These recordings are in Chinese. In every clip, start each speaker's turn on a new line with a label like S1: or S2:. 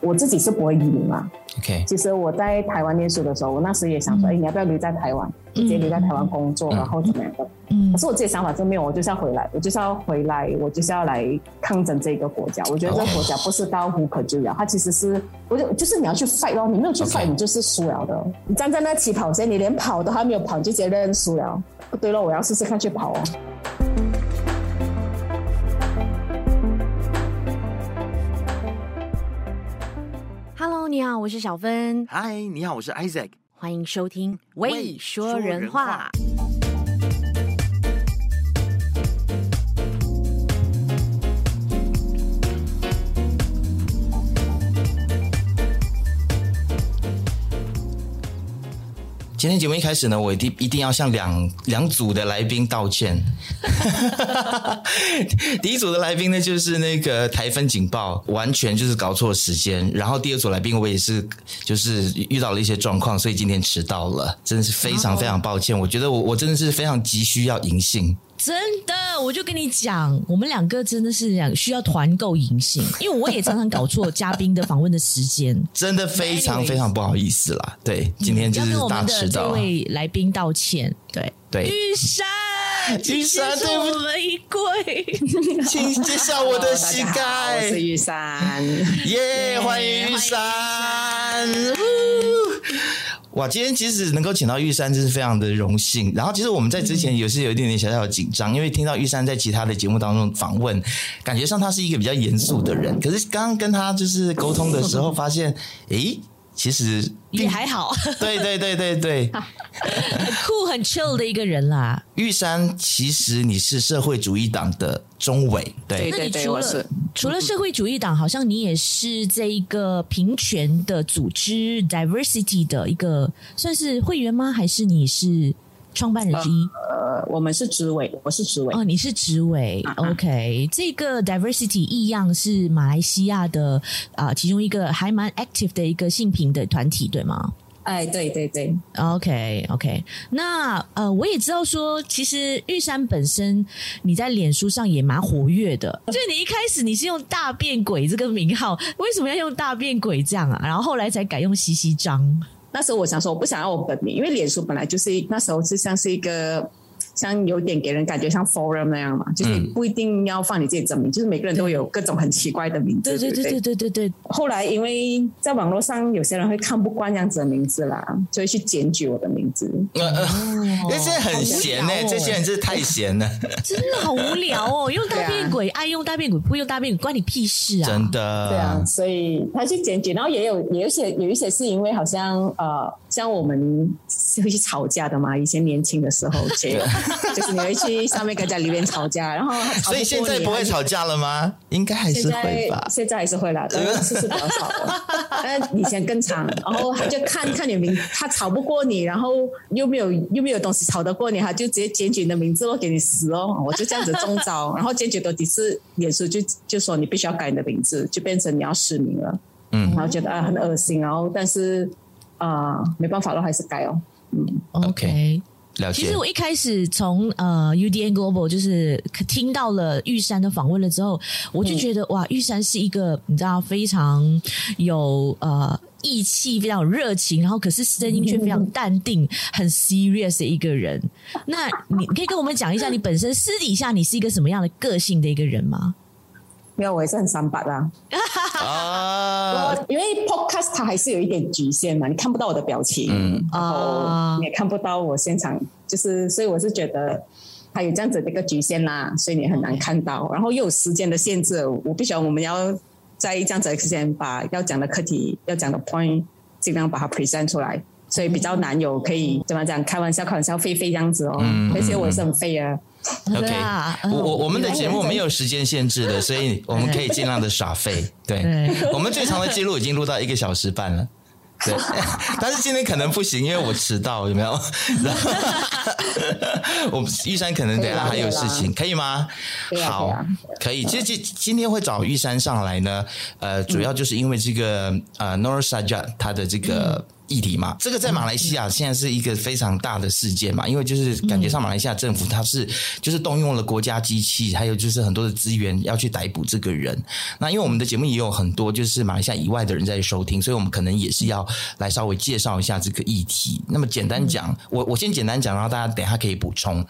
S1: 我自己是不会移民嘛。
S2: OK，
S1: 其实我在台湾念书的时候，我那时也想
S2: 嗯
S1: 说，哎、你要不要留在台湾，直接留在台湾工作，然后怎么样的？
S3: 嗯
S1: 可是我自己想法是没有，我就是要回来，我就是要回来，我就是要来抗争这个国家。我觉得这个国
S2: 哦
S1: 家不是到无可救药，它其实是，我就就是你要去 fight 咯，你没有去
S2: OK
S1: fight，你就是输了的。你站在那起跑线，你连跑都还没有跑，你就直接认输了。不对了，我要试试看去跑哦。
S3: Hello，你好，我是小芬，
S4: 嗨，你好，我是 Isaac。
S3: 欢迎收听《
S4: 喂说人话》。
S2: 今天节目一开始呢，我一定一定要向两两组的来宾道歉。 第一组的来宾呢，就是那个台风警报，完全就是搞错时间。然后第二组来宾，我也是就是遇到了一些状况，所以今天迟到了，真的是非常非常抱歉。我觉得我我真的是非常急需要银杏。
S3: 真的，我就跟你讲，我们两个真的是两需要团购银杏，因为我也常常搞错嘉宾的访问的 时间。
S2: 真的非常
S3: Anyways
S2: 非常不好意思啦，对，今天就
S3: 要
S2: 是
S3: 跟我
S2: 大
S3: 们
S2: 迟啊
S3: 的
S2: 到
S3: 这。位来宾道歉，对，
S2: 对
S3: 玉山，
S2: 玉山
S3: 请接受我们一跪，
S2: 请接下我的膝 盖，
S1: 玉 山，
S2: 耶、欢迎玉山！呜哇，今天其实能够请到玉山，真是非常的荣幸。然后，其实我们在之前也是有一点点小小的紧张，因为听到玉山在其他的节目当中访问，感觉上他是一个比较严肃的
S3: 嗯
S2: 人。可是刚刚跟他就是沟通的时候，发现，诶，其实
S3: 也还好，
S2: 对对对对对，
S3: 很酷很 chill 的一个人啦。
S2: 玉山，其实你是社会主义党的中委，
S5: 对
S2: 对
S3: 那
S5: 对
S3: 你
S5: 对，
S3: 除
S5: 我
S3: 了
S5: 是
S3: 除了社会主义党，好像你也是这一个平权的组织 diversity 的一个算是会员吗？还是你是创办人之一？
S5: 呃，我们是执委，我是执委。
S3: 哦，你是执委、o k 这个 diversity 异样是马来西亚的啊、其中一个还蛮 active 的一个性平的团体，对吗？
S5: 哎，对对对，
S3: OK OK，那呃，我也知道说，其实玉山本身你在脸书上也蛮活跃的，就你一开始你是用“大变鬼”这个名号，为什么要用“大变鬼”这样啊？然后后来才改用“西西张
S5: 那时候我想说，我不想要我本名，因为脸书本来就是那时候是像是一个。像有点给人感觉像 forum 那样嘛，就是你
S2: 嗯
S5: 不一定要放你自己真名，就是每个人都有各种很奇怪的名”，字。
S3: 对对
S5: 对
S3: 对对对对对，
S5: 后来因为在网络上有些人会看不惯这样子的名字啦，就会去检举我的名字。
S2: 呃呃，因为这很闲呢、
S3: 哦好无聊哦
S2: 这些人真是太闲 了，
S3: 真的好无聊哦！用大变鬼，爱用大变鬼，不用大变鬼，关你屁事啊！
S2: 真的。
S5: 对啊，所以他去检举，然后也有也有一些有一些是因为好像呃，像我们是会去吵架的嘛，以前年轻的时 候，就就是你会去上面跟人家留言吵架，然后他吵
S2: 所以现在不会
S5: 过你啊。
S2: 吵架了吗？应该还是
S5: 现
S2: 会吧
S5: 在。现在还是会啦，但是是比较少了。 但以前更长，然后他就看看你名，他吵不过你，然后又没有又没有东西吵得过你，他就直接检举你的名字咯，给你死哦。我就这样子中招，然后检举多几次，脸书就就说你必须要改你的名字，就变成你要实名了。
S2: 嗯
S5: 然后觉得啊很恶心，然后但是啊、呃没办法了，还是改哦。
S3: OK
S2: 了
S3: 其
S2: 解
S3: 实。我一开始从呃 UDN Global 就是听到了玉山的访问了之后，我就觉得、
S2: 嗯
S3: 哇，玉山是一个你知道非常有呃义气、非常有热情，然后可是声音却非常淡定、很 serious 的一个人。那你可以跟我们讲一下，你本身私底下你是一个什么样的个性的一个人吗？
S5: 没有，我也是很三八啦。
S2: 啊，
S5: 呃因为 podcast 它还是有一点局限嘛，你看不到我的表情，
S2: 嗯
S5: 然
S3: 啊
S5: 后你也看不到我现场，就是所以我是觉得它有这样子的一个局限啦，所以你很难看到，然后又有时间的限制，我不晓得我们要在这样子的时间把要讲的课题、要讲的 point 尽量把它 present 出来。所以比较难有可以怎么讲开玩笑开玩笑飞飞这样子哦，
S2: 嗯
S5: 而且我也是很飞啊，
S2: OK，
S3: 对啊
S2: 我我我们的节目
S5: 嗯
S2: 没有时间限制的，所以我们可以尽量的耍废。对，
S3: 对
S2: 我们最长的记录已经录到一个小时半了。对，但是今天可能不行，因为我迟到，有没有？ 然后我玉山可能等一下还有事情，可以吗？
S5: 啊对啊
S2: 好
S5: 对啊，
S2: 可以。其实今今天会找
S5: 嗯
S2: 玉山上来呢，呃，主要就是因为这个呃 Nora Sajat 他的这个议题嘛。这个在马来西亚现在是一个非常大的事件嘛，因为就是感
S5: 嗯
S2: 觉上马来西亚政府它是就是动用了国家机器，还有就是很多的资源要去逮捕这个人。那因为我们的节目也有很多就是马来西亚以外的人在收听，所以我们可能也是要来稍微介绍一下这个议题。那么简单讲，我我先简单讲，然后大家等一下可以补充。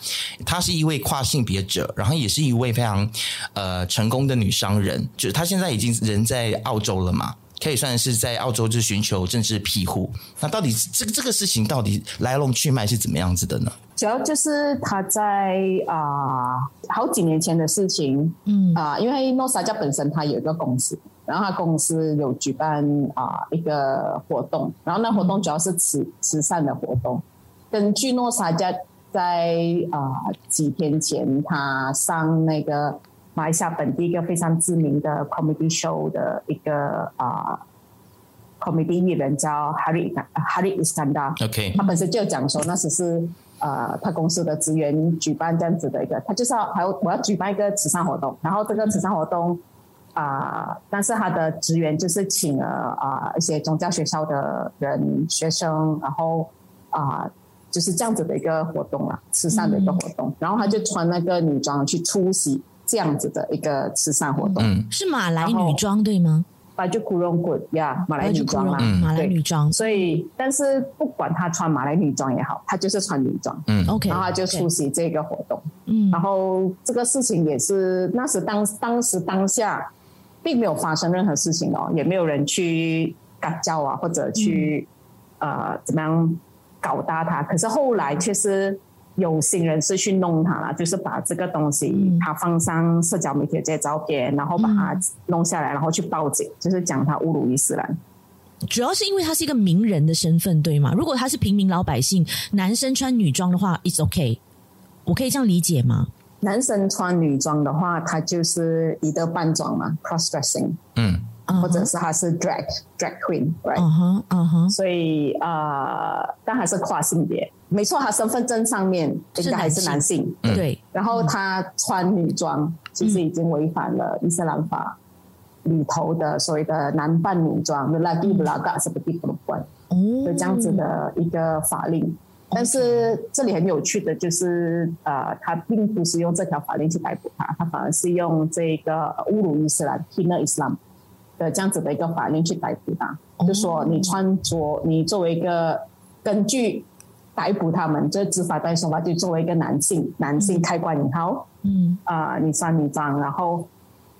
S2: 她是一位跨性别者，然后也是一位非常呃成功的女商人，就是她现在已经人在澳洲了嘛。可以算是在澳洲就寻求政治庇护，那到底这个这个事情到底来龙去脉是怎么样子的呢？
S5: 主要就是他在啊、好几年前的事情，
S3: 嗯
S5: 啊、因为诺萨加本身它有一个公司，然后它公司有举办啊、一个活动，然后那活动主要是慈慈善的活动。根据诺萨加在啊、几天前，他上那个马来西亚本地一个非常知名的 comedy show 的一个啊、comedy 艺人叫 Harry Harry Iskandar，
S2: OK，
S5: 他本身就讲说那只是呃他公司的职员举办这样子的一个，他就是要还有我要举办一个慈善活动，然后这个慈善活动啊、但是他的职员就是请了啊、一些宗教学校的人学生，然后啊、就是这样子的一个活动啦，慈善的一个活动，然后他就穿那个女装去出席这样子的一个慈善活动，
S2: 嗯
S3: 是马来
S5: 然后
S3: 女装对吗？
S5: 把就古龙滚呀，马来女装
S3: 哦
S5: 啦。
S2: 嗯
S3: 马来
S5: 对
S3: 女装
S5: 所以，但是不管他穿马来女装也好，他就是穿女装，
S2: 嗯
S3: ，OK，
S5: 然后他就
S3: OK，
S5: 出席这个活动。
S3: 嗯
S5: 然后这个事情也是那时当当时当下，并没有发生任何事情哦，也没有人去赶叫啊，或者去、呃怎么样搞大他。可是后来却是有心人士去弄他了，就是把这个东西、
S3: 嗯
S5: 他放上社交媒体的这些照片，然后把他弄下来，然后去报警，就是讲他侮辱伊斯兰。
S3: 主要是因为他是一个名人的身份，对吗？如果他是平民老百姓，男生穿女装的话，it's OK，我可以这样理解吗？
S5: 男生穿女装的话，他就是一个扮装嘛，cross dressing，
S2: 嗯
S3: 嗯哼
S5: 或者是他是 drag drag queen，right？、
S3: 嗯哼，嗯哼，
S5: 所以呃，但还是跨性别，没错，他身份证上面应该还是男性，
S2: 嗯
S3: 对，
S5: 然后他穿女装，其实已经违反了伊斯兰法里头的所谓的男扮女装 l a g i b l a g a 是不地不管
S3: 哦，
S5: 的这样子的一个法令。但是这里很有趣的就是，呃，他并不是用这条法令去逮捕他，他反而是用这个侮辱伊斯兰 k i n a Islam） 的这样子的一个法令去逮捕他，就说你穿着，你作为一个根据逮捕他们，这执法单说法，就作为一个男性，男性开关引号，
S3: 嗯，
S5: 啊、你穿女装，然后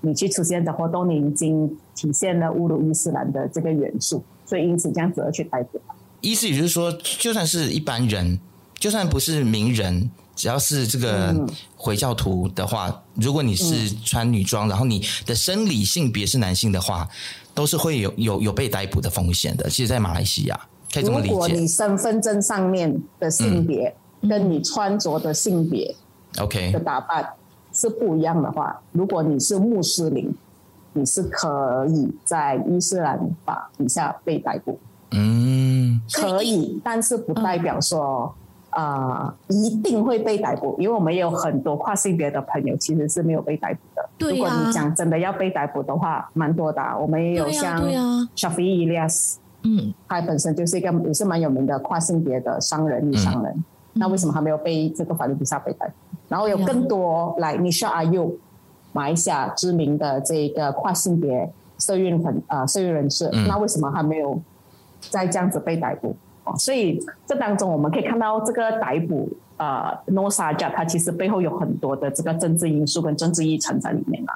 S5: 你去出现的活动，你已经体现了侮辱伊斯兰的这个元素，所以因此这样子而去逮捕。
S2: 意思也就是说，就算是一般人，就算不是名人，只要是这个
S5: 嗯
S2: 回教徒的话，如果你是穿女装，然后你的生理性别是男性的话，都是会有有有被逮捕的风险的。其实，在马来西亚可以这么理
S5: 如果你
S2: 解。
S5: 身份证上面的性别、
S3: 嗯
S5: 跟你穿着的性别
S2: OK，
S5: 的打扮是不一样的话，如果你是穆斯林，你是可以在伊斯兰法底下被逮捕，
S2: 嗯
S5: 可以，但是不代表说。
S3: 嗯
S5: 啊、一定会被逮捕，因为我们也有很多跨性别的朋友其实是没有被逮捕的。
S3: 对
S5: 如
S3: 呀
S5: 果你讲真的要被逮捕的话，蛮多的啊、我们也有
S3: 对呀
S5: 像
S3: 对呀
S5: Shafi Elias，
S3: 嗯，
S5: 她本身就是一个也是蛮有名的跨性别的商人女商人，那为什么还没有被这个法律底下被逮？然后有更多来 Nisha Ayu，马来西亚知名的这个跨性别社运粉呃社运人士，
S2: 嗯
S5: 那为什么还没有再这样子被逮捕？哦，所以这当中我们可以看到这个逮捕。呃 n o s a j a 它其实背后有很多的这个政治因素跟政治议程在里面啊。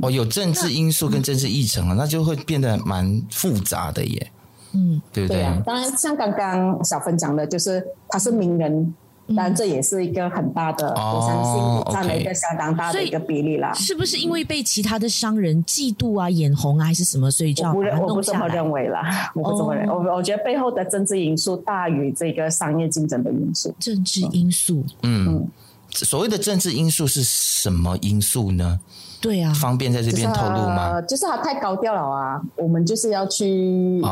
S2: 哦，有政治因素跟政治议程啊，那就会变得蛮复杂的耶。
S3: 嗯，
S2: 对不
S5: 对啊，当然像刚刚小芬讲的，就是他是名人，
S3: 嗯
S5: 当然这也是一个很大的，
S2: 哦
S5: 我相信占了
S2: OK
S5: 一个相当大
S3: 所
S5: 的
S3: 以
S5: 一个比例啦。
S3: 是不是因为被其他的商人嫉妒啊、眼红啊，还是什么，所以就
S5: 我不
S3: 要把它
S5: 认，我不
S3: 弄
S5: 这
S3: 下
S5: 么
S3: 来？
S5: 认为啦， 我不这么认，
S3: 哦
S5: 我我觉得背后的政治因素大于这个商业竞争的因素。
S3: 政治因素，
S2: 嗯，所谓的政治因素是什么因素呢？
S3: 对啊，
S2: 方便在这边透露吗？
S5: 呃就是他太高调了啊，我们就是要去
S2: 哦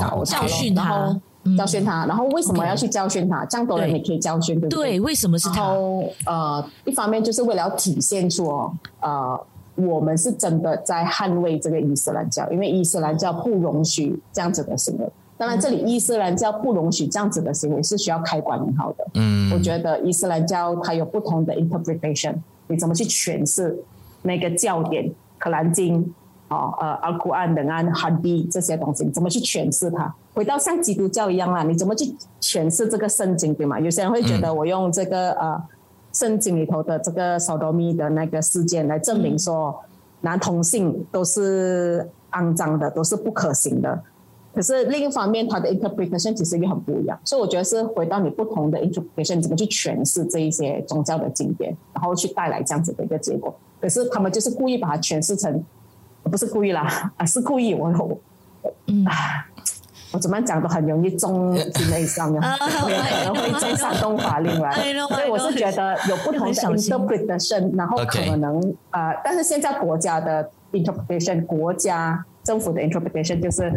S5: 呃搞
S2: 教
S5: 咯
S3: 训他
S5: 然后
S3: 嗯
S5: 教训他，然后为什么
S3: OK
S5: 要去教训他？这样多人
S3: 对
S5: 你可以教训，对不
S3: 对，为什么是
S5: 然
S3: 他？
S5: 后呃，一方面就是为了要体现出哦，呃，我们是真的在捍卫这个伊斯兰教，因为伊斯兰教不容许这样子的行为。当然，这里伊斯兰教不容许这样子的行为，是需要开管很好的。
S2: 嗯，
S5: 呃我觉得伊斯兰教它有不同的 interpretation，你怎么去诠释那个教典《可兰经》哦，呃，阿古安、等安、哈迪这些东西，你怎么去诠释它？回到像基督教一样啦，啊你怎么去诠释这个圣经，对吗？有些人会觉得我用这个、呃圣经里头的这个扫罗密的那个事件来证明说，男同性都是肮脏的，都是不可行的。可是另一方面，它的 interpretation 其实也很不一样，所以我觉得是回到你不同的 interpretation 怎么去诠释这一些宗教的经典，然后去带来这样子的一个结果。可是他们就是故意把它诠释成，不是故意啦， 啊是故意，我我
S3: 嗯，
S5: 我怎么样讲都很容易中新的 Islam，有
S3: 啊
S5: 可能会中山东法令来
S3: I，know,
S5: 所以我是觉得有不同的
S3: 小心
S5: interpretation，然后
S2: OK
S5: 可能呃，但是现在国家的 interpretation，国家政府的 interpretation 就是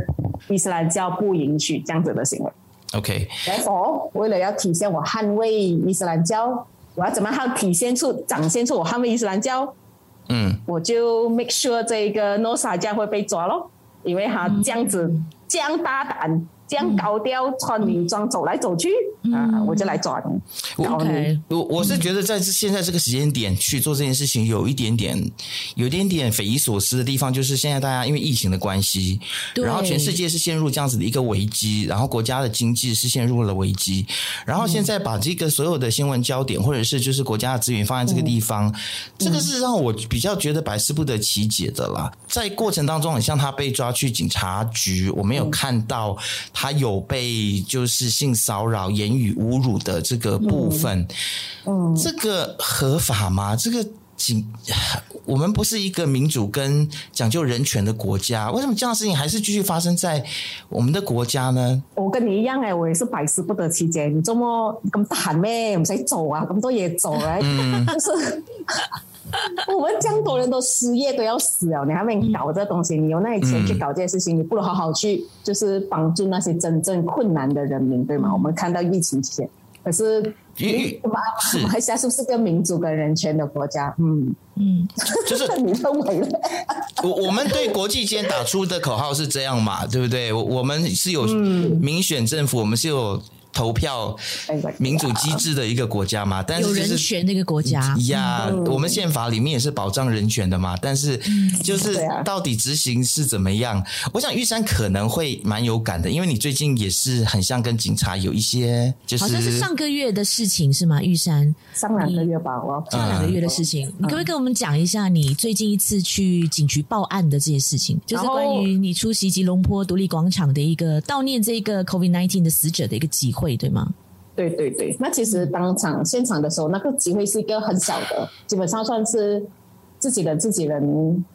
S5: 伊斯兰教不允许这样子的行为。
S2: OK，
S5: therefore，为了要体现我捍卫伊斯兰教，我要怎么样体现出、展现出我捍卫伊斯兰教？
S2: 嗯，
S5: 我就 make sure 这一个 Nosa 家会被抓咯，因为他这样子、这样大胆、这样高调，穿女装走来走去、啊，我就来抓你， 搞你。
S3: OK，
S2: 我我是觉得在这现在这个时间点去做这件事情，有一点点，有一点点匪夷所思的地方，就是现在大家因为疫情的关系，
S3: 对
S2: 然后全世界是陷入这样子的一个危机，然后国家的经济是陷入了危机，然后现在把这个所有的新闻焦点或者是就是国家的资源放在这个地方，这个是让我比较觉得百思不得其解的啦。在过程当中，很像他被抓去警察局，我没有看到他有被就是性骚扰、言语侮辱的这个部分，嗯，这个合法吗？这个警，我们不是一个民主跟讲究人权的国家，为什么这样的事情还是继续发生在我们的国家呢？
S5: 我跟你一樣誒，我也是百思不得其解。你做麼咁得閒咩？唔使做啊，嗯咁多嘢做咧、就是我們這樣多人都失業都要死了，你還沒搞這東西，你有那些錢去搞這些事情，你不如好好去就是幫助那些真正困難的人民，對嗎？我們看到疫情期間，可是
S2: 因为
S5: 马
S2: 是
S5: 马来西亚是不是个民主跟人权的国家？嗯，
S3: 嗯，
S2: 就是
S5: 那你认为呢？
S2: 我我们对国际间打出的口号是这样嘛，对不对？我我们是有民选政府，我们是有投票
S5: Exactly
S2: 民主机制的一个国家嘛，但是嗯
S3: 有
S2: 就
S3: 人
S2: 是。
S3: 权的一个国家，
S2: 呀我们宪法里面也是保障人权的嘛，但是就是
S5: 对啊
S2: 到底执行是怎么样？我想玉山可能会蛮有感的，因为你最近也是很像跟警察有一些就是
S3: 好像是上个月的事情是吗？玉山，
S5: 上两个月吧，我
S3: 上两个月的事情，你
S5: 嗯
S3: 可不可以跟我们讲一下你最近一次去警局报案的这些事情？就是
S5: 然后
S3: 关于你出席吉隆坡独立广场的一个悼念这个 COVID nineteen 的死者的一个集会，对吗？
S5: 对对对，那其实当场现场的时候，那个集会是一个很小的，基本上算是自己人自己人，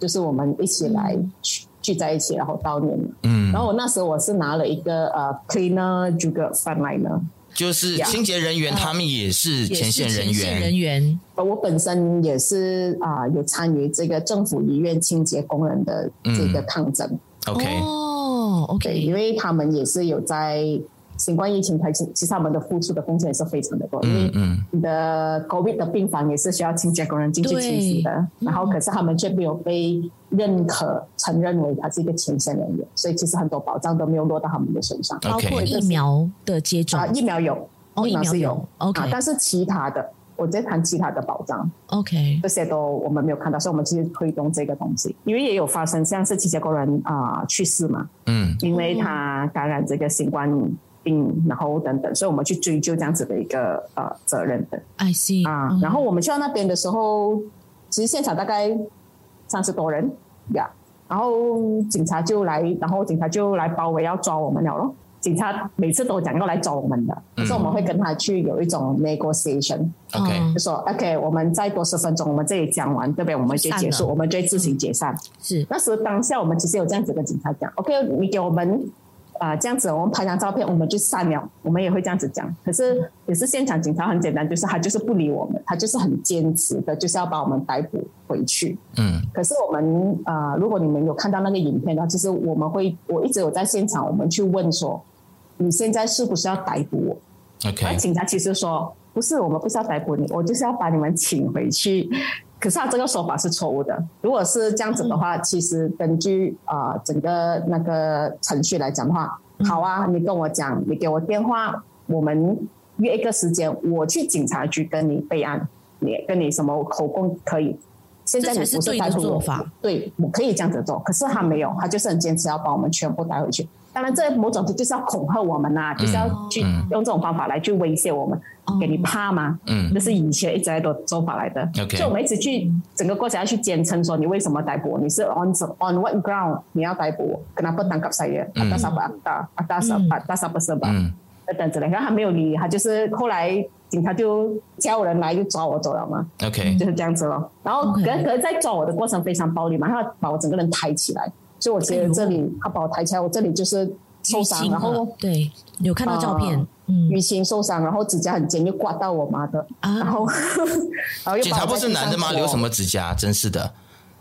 S5: 就是我们一起来聚聚在一起，然后悼念。
S2: 嗯
S5: 然后我那时候我是拿了一个呃 cleaner 这个 frontliner，
S2: 就是
S5: 呀
S2: 清洁人员，他们也是前线人
S3: 也是前
S2: 员
S3: 线人。员，
S5: 呃我本身也是啊、有参与这个政府医院清洁工人的这个抗争，
S2: OK，
S3: 哦
S5: 对，因
S3: ，OK，
S5: 为他们也是有在新冠疫情开始，其实他们的付出的贡献也是非常的多，因为
S2: 嗯嗯
S5: 你的 COVID 的病房也是需要清洁工人进去清洗的，
S3: 对
S5: 然后可是他们却没有被认可、承认为他是一个前线人员，所以其实很多保障都没有落到他们的身上。
S3: 包括
S2: OK
S3: 疫苗的接种
S5: 啊，疫苗有，
S3: 哦
S5: 疫苗是
S3: 疫苗有
S5: 有
S3: ，OK
S5: 啊，但是其他的，我在谈其他的保障，
S3: ，OK，
S5: 这些都我们没有看到，所以我们其实推动这个东西，因为也有发生像是清洁工人啊、去世嘛，
S2: 嗯
S5: 因为
S3: 哦
S5: 他感染这个新冠病，然后等等，所以我们去追究这样子的一个呃责任的。
S3: ，I see，
S5: 啊
S3: 嗯，
S5: 然后我们去到那边的时候，其实现场大概三十多人呀然后警察就来，然后警察就来包围要抓我们了咯。警察每次都讲要来抓我们的，可是我们会跟他去有一种 negotiation，、
S2: ，OK，
S3: 嗯
S5: 就说 OK，我们再多十分钟，我们这里讲完，这边我们就结
S3: 散
S5: 束，
S3: 了
S5: 我们就自行解散。
S3: 是
S5: 那时当下我们其实有这样子跟警察讲，OK，你给我们啊、这样子，我们拍张照片，我们就散了。我们也会这样子讲，可是也是现场警察很简单，就是他就是不理我们，他就是很坚持的，就是要把我们逮捕回去。
S2: 嗯
S5: 可是我们啊、如果你们有看到那个影片的话，其实我们会，我一直有在现场，我们去问说，你现在是不是要逮捕我？那
S2: ，OK，
S5: 警察其实说，不是，我们不是要逮捕你，我就是要把你们请回去。可是他这个说法是错误的。如果是这样子的话，其实根据啊、呃整个那个程序来讲的话，
S3: 嗯
S5: 好啊，你跟我讲，你给我电话，我们约一个时间，我去警察局跟你备案，你跟你什么口供可以。现在你
S3: 这才是
S5: 不是
S3: 对的
S5: 带出
S3: 做
S5: 我
S3: 法，
S5: 对我可以这样子做，可是他没有，他就是很坚持要把我们全部带回去。当然，这某种就是要恐吓我们呐、就是要去
S2: 嗯
S5: 用这种方法来去威胁我们，给你怕吗？
S2: 嗯
S5: 这是以前一直在的做法来的。
S2: OK
S5: 所以我们一直去整个过程要去坚称说你为什么逮捕我？你是 on on what ground 你要逮捕我？Kenapa tangkap saya? Atas apa akta? Atas apa? Atas apa sebab？
S2: 嗯
S5: 等等之类。然后他没有理，他就是后来警察就叫人来就抓我走了嘛。
S2: ，OK，
S5: 就是这样子咯。然后
S3: OK
S5: 可可是在抓我的过程非常暴力嘛，他把我整个人抬起来，所以我觉
S3: 哎
S5: 得
S3: 呦
S5: 这里、他把我抬起来，我这里就是受伤，
S3: 淤青
S5: 然后
S3: 了哦对，有看到照片
S5: 啊，
S3: 嗯
S5: 淤青受伤，然后指甲很尖，又刮到我妈的，然
S3: 啊，
S5: 后 然后又
S2: 警
S5: 把
S2: 察
S5: 我
S2: 不
S5: 带
S2: 是
S5: 去
S2: 男的吗？
S5: 上
S2: 留
S5: 所
S2: 什么指甲？真是的，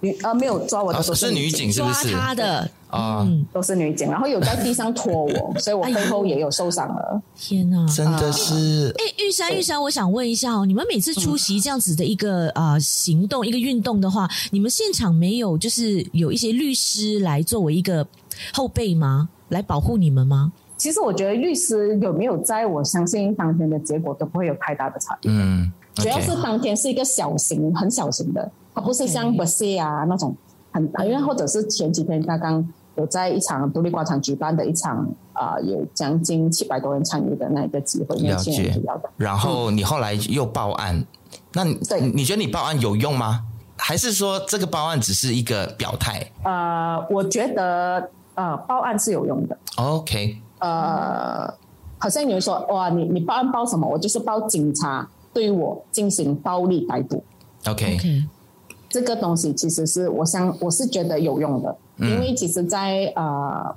S5: 女啊没有抓我的
S2: 啊
S5: 都
S2: 是女警是不
S3: 抓
S2: 是？
S3: 他的，
S2: 啊，
S3: 嗯，
S5: 都是女警，然后有在地上拖 我，所以
S3: 哎
S5: 我背后也有受伤了。
S3: 天哪！
S2: 真的是
S3: 哎，玉山，玉山，我想问一下哦，你们每次
S2: 嗯
S3: 出席这样子的一个呃行动、一个运动的话，你们现场没有就是有一些律师来作为一个后备吗？来保护你们吗？
S5: 其实我觉得律师有没有在，我相信当天的结果都不会有太大的差异。
S2: 嗯
S5: 主要是
S2: ，OK，
S5: 当天是一个小型、很小型的，它不是
S3: OK 哎
S5: 像 b e s e 啊那种很大，因为或者是前几天刚刚有在一场独立广场举办的一场啊、呃有将近七百多人参与的那一个集会，年
S2: 了
S5: 轻人
S2: 解
S5: 主要的。
S2: 然后你后来又报案，那你
S5: 对
S2: 你觉得你报案有用吗？还是说这个报案只是一个表态
S5: 呃，我觉得呃报案是有用的，
S2: ？OK，
S5: 呃，好像有人说哇，你你报案报什么？我就是报警察对我进行暴力逮捕。
S2: OK，
S3: OK，
S5: 这个东西其实是我想我是觉得有用的，
S2: 嗯
S5: 因为其实在，呃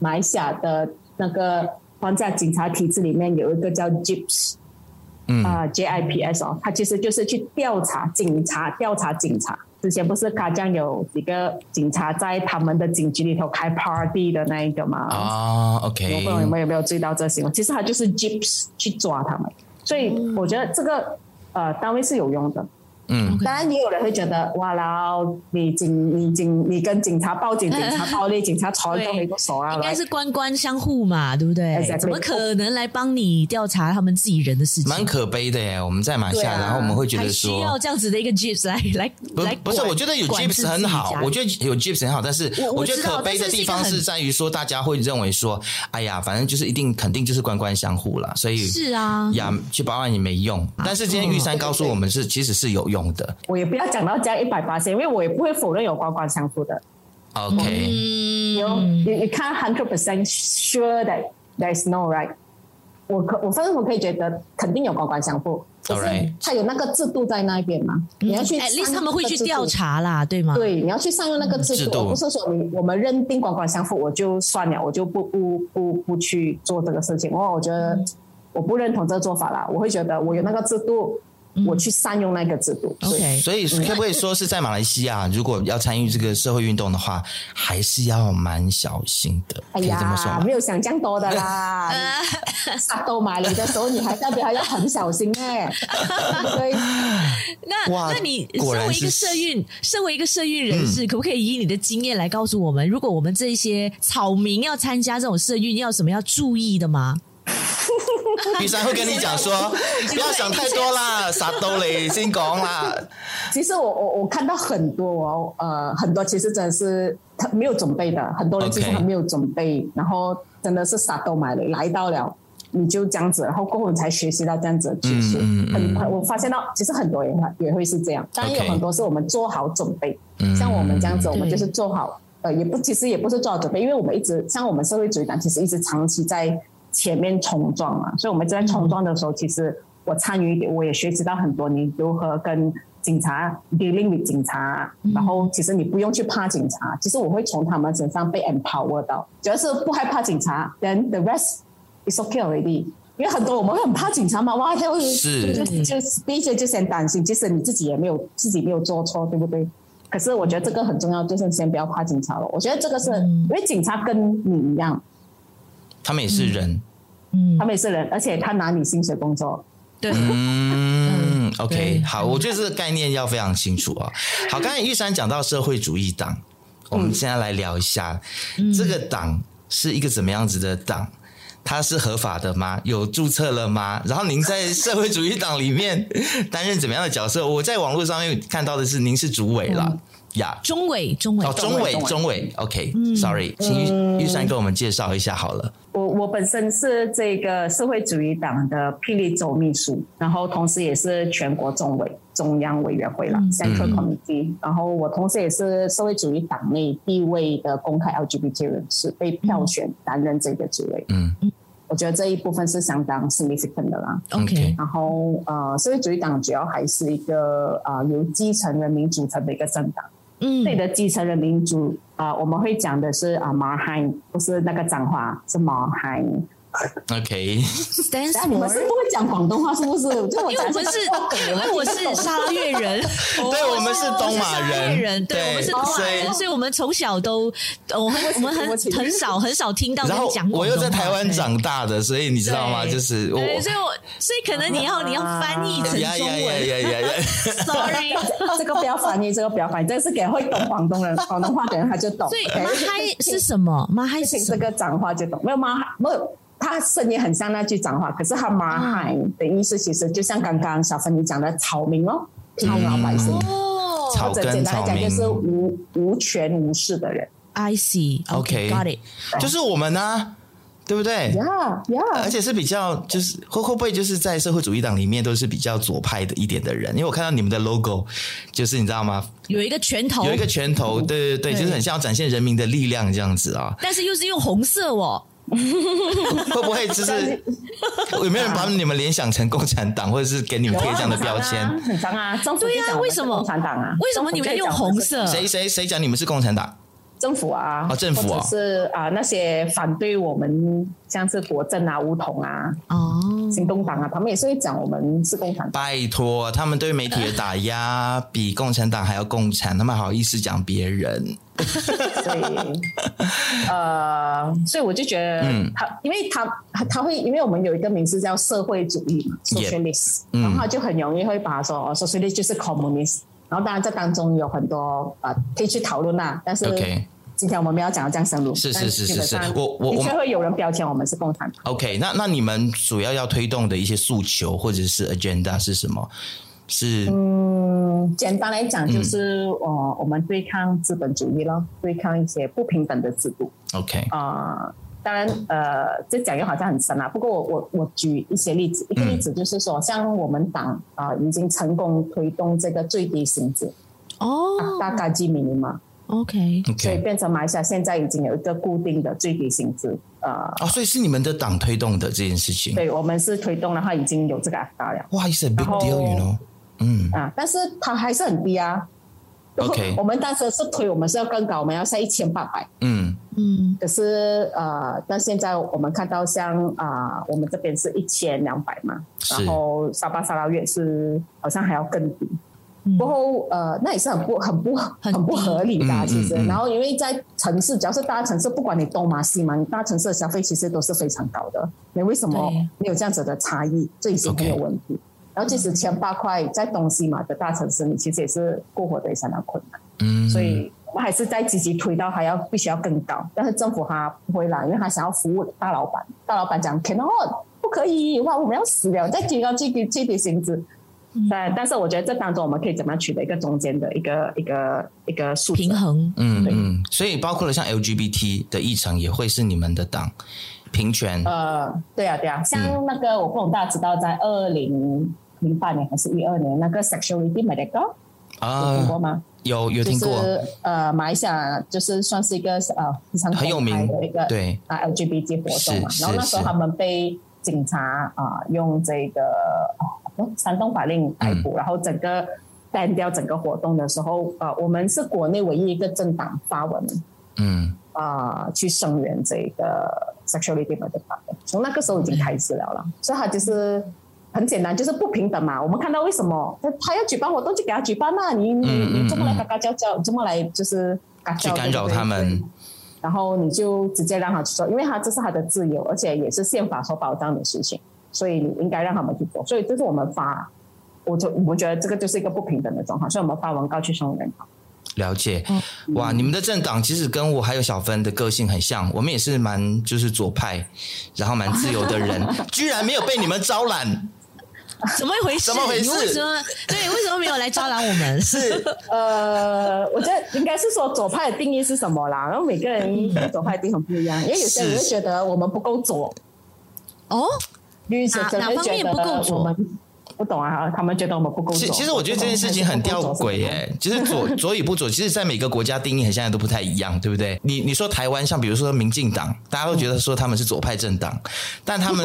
S5: 马来西亚的那个框架警察体制里面有一个叫 JIPS
S2: 嗯
S5: 啊、J I P S 哦，它其实就是去调查警察，调查警察。之前不是卡江有几个警察在他们的警局里头开 party 的那一个吗？
S2: 啊
S5: 我不
S2: ，OK，
S5: 知道你们有没有注意到这个新闻？其实他就是 Jeeps 去抓他们，所以我觉得这个呃单位是有用的。
S2: 嗯
S5: 当然也有人会觉得，哇啦，你警你警你跟警察报警，警察暴力，警察吵都没个手啊，
S3: 应该
S5: 来
S3: 是官官相护嘛，对不对？
S5: Exactly
S3: 怎么可能来帮你调查他们自己人的事情？
S2: 蛮可悲的耶。我们在马来西亚，
S5: 对啊
S2: 然后我们会觉
S3: 还
S2: 得
S3: 需
S2: 说，
S3: 要这样子的一个 Jeeps 来来
S2: 不
S3: 来
S2: 不是，
S3: 管
S2: 我觉得有
S3: 管制
S2: Jeeps 很好
S3: 自己家，
S2: 我觉得有 Jeeps 很好，但是
S3: 我我
S2: 觉得
S3: 知道
S2: 可悲的
S3: 但是是
S2: 地
S3: 一个
S2: 方
S3: 很
S2: 是在于说，大家会认为说，哎呀，反正就是一定肯定就是官官相护啦，所以
S3: 是啊，嗯
S2: 呀去报案也没用。但是今天玉山告诉我们是其实是有用的
S5: 我也不要讲到这样一百八因为我也不会否认有官官相护的。
S2: ，OK，
S3: 嗯，
S5: You know, you you can't hundred percent sure that there is no right。我可我反正我可以觉得肯定有官官相护，可是
S2: Alright
S5: 他有那个制度在那边嘛，你要去
S3: 哎，
S5: 上
S3: 他们会
S5: 那
S3: 去
S5: 个制度
S3: 调查啦，对吗？
S5: 对，你要去善用那个制
S2: 啊嗯制
S5: 度，
S2: 度
S5: 而不是说你我们认定官官相护，我就算了，我就不不不不去做这个事情。因为我觉得
S2: 嗯
S5: 我不认同这个做法啦，我会觉得我有那个制度，
S2: 嗯
S5: 我去善用那个制度。哎对
S3: OK
S2: 所以
S5: 嗯
S2: 可不可以说是在马来西亚，如果要参与这个社会运动的话，还是要蛮小心的，
S5: 哎
S2: 可以这么说
S5: 呀，
S2: 吗
S5: 没有想象多的 啦。杀到马里的时候，你还那边还要很小心 哎、对，
S3: 那
S2: 哇
S3: 那你
S2: 果
S3: 身
S2: 然
S3: 为一
S2: 是嗯
S3: 个社运，身为一个社运人士，可不可以以你的经验来告诉我们，如果我们这一些草民要参加这种社运，要什么要注意的吗？
S2: 玉山会跟你 讲说，不要想太多啦，傻兜嘞，先讲啦。
S5: 其实我我我看到很多哦，呃，很多其实真的是他没有准备的，很多人
S2: OK
S5: 其实他没有准备然后真的是傻都买了，来到了你就这样子，然后过后你才学习到这样子的知识。
S2: 嗯嗯嗯
S5: 很很我发现到其实很多人也也会是这样，当然
S2: OK
S5: 有很多是我们做好准备
S2: 嗯
S5: 像我们这样子，我们
S3: 对
S5: 就是做好，呃，也不其实也不是做好准备，因为我们一直像我们社会主义党，其实一直长期在前面冲撞嘛，所以我们在冲撞的时候，其实我参与一点，我也学习到很多，你如何跟警察 dealing with 警察，然后其实你不用去怕警察，其实我会从他们身上被 empower 到，主要是不害怕警察，then the rest is okay already。因为很多我们会很怕警察嘛，哇，他会
S2: 是
S5: 就就是第一些就是很担心，即使你自己也没有自己没有做错，对不对？可是我觉得这个很重要，就是先不要怕警察了。我觉得这个是、因为警察跟你一样，
S2: 他们也是人，
S5: 他们也是人，而且他拿你薪水工作，
S3: 对，
S2: 嗯嗯，OK，
S3: 对
S2: 好，我觉得这个概念要非常清楚哦。好，刚才玉山讲到社会主义党，我们现在来聊一下、这个党是一个怎么样子的党。它是合法的吗？有注册了吗？然后您在社会主义党里面 担任怎么样的角色？我在网络上面看到的是您是主委啦，呀、
S3: 中委中委
S2: 哦，嗯中
S5: 委
S2: 委，嗯
S5: 中委
S2: 中委，OK，Sorry，、请玉玉山给我们介绍一下好了。
S5: 我我本身是这个社会主义党的霹雳州秘书，然后同时也是全国中委中央委员会啦、c e n t r a l Committee），然后我同时也是社会主义党内第一位的公开 LGBT 人士，被票选担任这个职位。
S2: 嗯，
S5: 我觉得这一部分是相当 significant 的啦。
S3: OK
S5: 然后呃，社会主义党主要还是一个啊、呃由基层人民组成的一个政党。
S3: 嗯
S5: 这里的基层人民族啊、我们会讲的是啊马汉，不是那个脏话，是马汉。
S2: OK，
S3: ，Stands
S5: 啊但你们
S3: for
S5: 是不会讲广东话是不 是？就我
S3: 因为
S5: 讲
S3: 我们是，因为我是沙拉越人， 哦
S2: 对我们是东马人
S3: 我是沙拉越人，对，
S2: 对
S3: 我们是东马
S2: 所
S3: 人，
S2: 以
S3: 所以我们从小都，呃我很我们
S5: 对不
S3: 很
S5: 起
S3: 很少很少听到
S2: 然
S3: 人
S2: 后
S3: 讲广东话。
S2: 我又在台湾
S3: 对
S2: 长大的，所以你知道吗？
S3: 对
S2: 就是我。
S3: 对，所以我所以可能你要你要翻译成
S2: 呀
S3: 中
S2: 呀呀
S3: 文
S2: 呀呀呀！
S3: ，sorry。
S5: 这个不要翻译，这个不要翻译，这个是给会懂广东人广东话的人他就懂。
S3: 所以
S5: OK？
S3: 妈嗨是什么？妈嗨是
S5: 听
S3: 什
S5: 哦哎这
S3: 么？
S5: 个脏话就懂，没有吗？没有。他声音很像那句脏话，可是他马海的意思其实就像刚刚小芬你讲的草民哦，平民老百姓，
S3: 哦
S2: 嗯 草
S5: 或者
S2: 根
S5: 简单来
S2: 草
S5: 讲
S2: 民
S5: 就是无无权无势的人。
S3: ，I
S2: OK
S3: see，OK，got it。
S2: 就是我们呢，对不对？
S5: Yeah,
S2: 而
S5: yeah，
S2: 且是比较就是会会不会就是在社会主义党里面都是比较左派的一点的人？因为我看到你们的 logo，就是你知道吗？
S3: 有一个拳头
S2: 有一，个拳
S3: 嗯
S2: 头，对对对，就是很像要展现人民的力量这样子啊。
S3: 但是又是用红色哦。
S2: 会不 会就是有没有人把你们联想成共产党，或者是给你们贴这样的标签？
S5: 很长啊，政府
S3: 对
S5: 呀、
S3: 呀，为什么？
S5: 共产党啊？
S3: 为什么你们用红？色？
S2: 谁谁谁讲你们是共产党？
S5: 政府啊，
S2: 哦政府啊
S5: 或者是啊、那些反对我们像是国政 啊、乌统啊、
S3: 哦，
S5: 行动党啊，他们也是会讲我们是共产党。
S2: 拜托，他们对媒体的打压比共产党还要共产，他们好意思讲别人？
S5: 所以， 呃，所以我就觉得
S2: 嗯
S5: 他，因为他他会，因为我们有一个名字叫社会主义嘛
S2: Yeah
S5: ，socialist，、
S2: 嗯
S5: 然后他就很容易会把说哦，socialist 就是 communist，然后当然这当中有很多呃可以去讨论啦，但是
S2: OK
S5: 今天我们没有讲到这样深入，
S2: 是是
S5: 但
S2: 是
S5: 基本
S2: 是是
S5: 上
S2: 我我
S5: 的
S2: 我
S5: 确
S2: 们
S5: 会有人标签我们是共产党。
S2: OK，那那你们主要要推动的一些诉求或者是 agenda 是什么？是
S5: 嗯，简单来讲就是，呃，我们对抗资本主义咯，对抗一些不平等的制度
S2: OK，
S5: 啊、呃当然，呃，这讲又好像很深啊。不过我我我举一些例子，一个例子就是说，像我们党啊、呃已经成功推动这个最低薪资，
S3: 哦
S5: 啊大概基米尼嘛，
S3: ，OK，
S5: 所以
S2: OK，
S5: 变成马来西亚现在已经有一个固定的最低薪资，呃。
S2: 哦，所以是你们的党推动的这件事情。
S5: 对，我们是推动的话，已经有这个 AFTA 了
S2: 哇，it's a big
S5: 然后
S2: deal，you know？嗯
S5: 啊，但是它还是很低啊。
S2: OK
S5: 我们当时是推，我们是要更高，我们要下一千八百。
S2: 嗯
S3: 嗯
S5: 可是呃，但现在我们看到像啊、我们这边是一千两百嘛，
S2: 是
S5: 然后沙巴沙拉越是好像还要更低。
S3: 嗯
S5: 过后呃，那也是很不很不很
S3: 很
S5: 不合理的、啊，
S2: 嗯
S5: 其实。
S2: 嗯嗯
S5: 然后因为在城市，只要是大城市，不管你东马西马，你大城市的消费其实都是非常高的。你为什么
S3: 对
S5: 没有这样子的差异？这已经很有
S2: OK
S5: 问题。然后即使千八块在东西马的大城市，你其实也是过活的相当困难。
S2: 嗯，
S5: 所以我们还是在积极推到还要必须要更高，但是政府他不会啦，因为他想要服务大老板，大老板讲 cannot 不可以，哇，我们要死了，再提高最低最低薪资
S3: 嗯。
S5: 但但是我觉得这当中我们可以怎么样取得一个中间的一个一个一个数字
S3: 平衡，
S2: 嗯
S5: 对
S2: 嗯，所以包括了像 LGBT 的议程也会是你们的党平权。
S5: 呃，对啊对啊，像那个我不懂大家知道，在二零零八年还是一二年那个 sexuality medical 有听过
S2: 啊，
S5: 吗？
S2: 有有听过，
S5: 就是呃，马来西亚就是算是一个呃非常
S2: 很有名
S5: 公开的一个
S2: 对
S5: 啊 LGBT 活动嘛
S2: 是。是
S5: 然后那时候
S2: 是
S5: 他们被警察啊、用这个呃煽动法令逮
S2: 嗯
S5: 捕，然后整个 ban 掉整个活动的时候，呃，我们是国内唯一一个政党发文
S2: 嗯
S5: 啊、去声援这个 sexuality m e d i 从那个时候已经开始了了，所以它就是很简单，就是不平等嘛。我们看到为什么他他要举办活动就给他举办那、你你
S2: 嗯嗯
S5: 你这么来嘎嘎叫叫，这么来就是嘎
S2: 去
S5: 叫
S2: 干扰他。
S5: 对
S2: 们
S5: 不对然后你就直接让他去做，因为他这是他的自由，而且也是宪法所保障的事情，所以你应该让他们去做。所以这是我们发，我就我们觉得这个就是一个不平等的状况，所以我们发文告去送人。
S2: 了解，哇！你们的政党其实跟我还有小芬的个性很像，我们也是蛮就是左派，然后蛮自由的人，居然没有被你们招揽，
S3: 怎么回事？
S2: 怎么回事
S3: 你为什么对？为什么没有来招揽我们？
S2: 是
S5: 呃，我觉得应该是说左派的定义是什么啦，然后每个人对左派的定义很不一样，因为有些人会觉得我们不够左，
S3: 哦，
S5: 有些人会觉
S3: 哪哪方面不够
S5: 得
S3: 左
S5: 我们不懂啊，他们觉得我们不够
S2: 其
S5: 左。
S2: 其实我觉得这件事情很吊诡哎、其实左左与不左，其实在每个国家定义很现在都不太一样，对不对？你你说台湾像比如说民进党，大家都觉得说他们是左派政党，但他们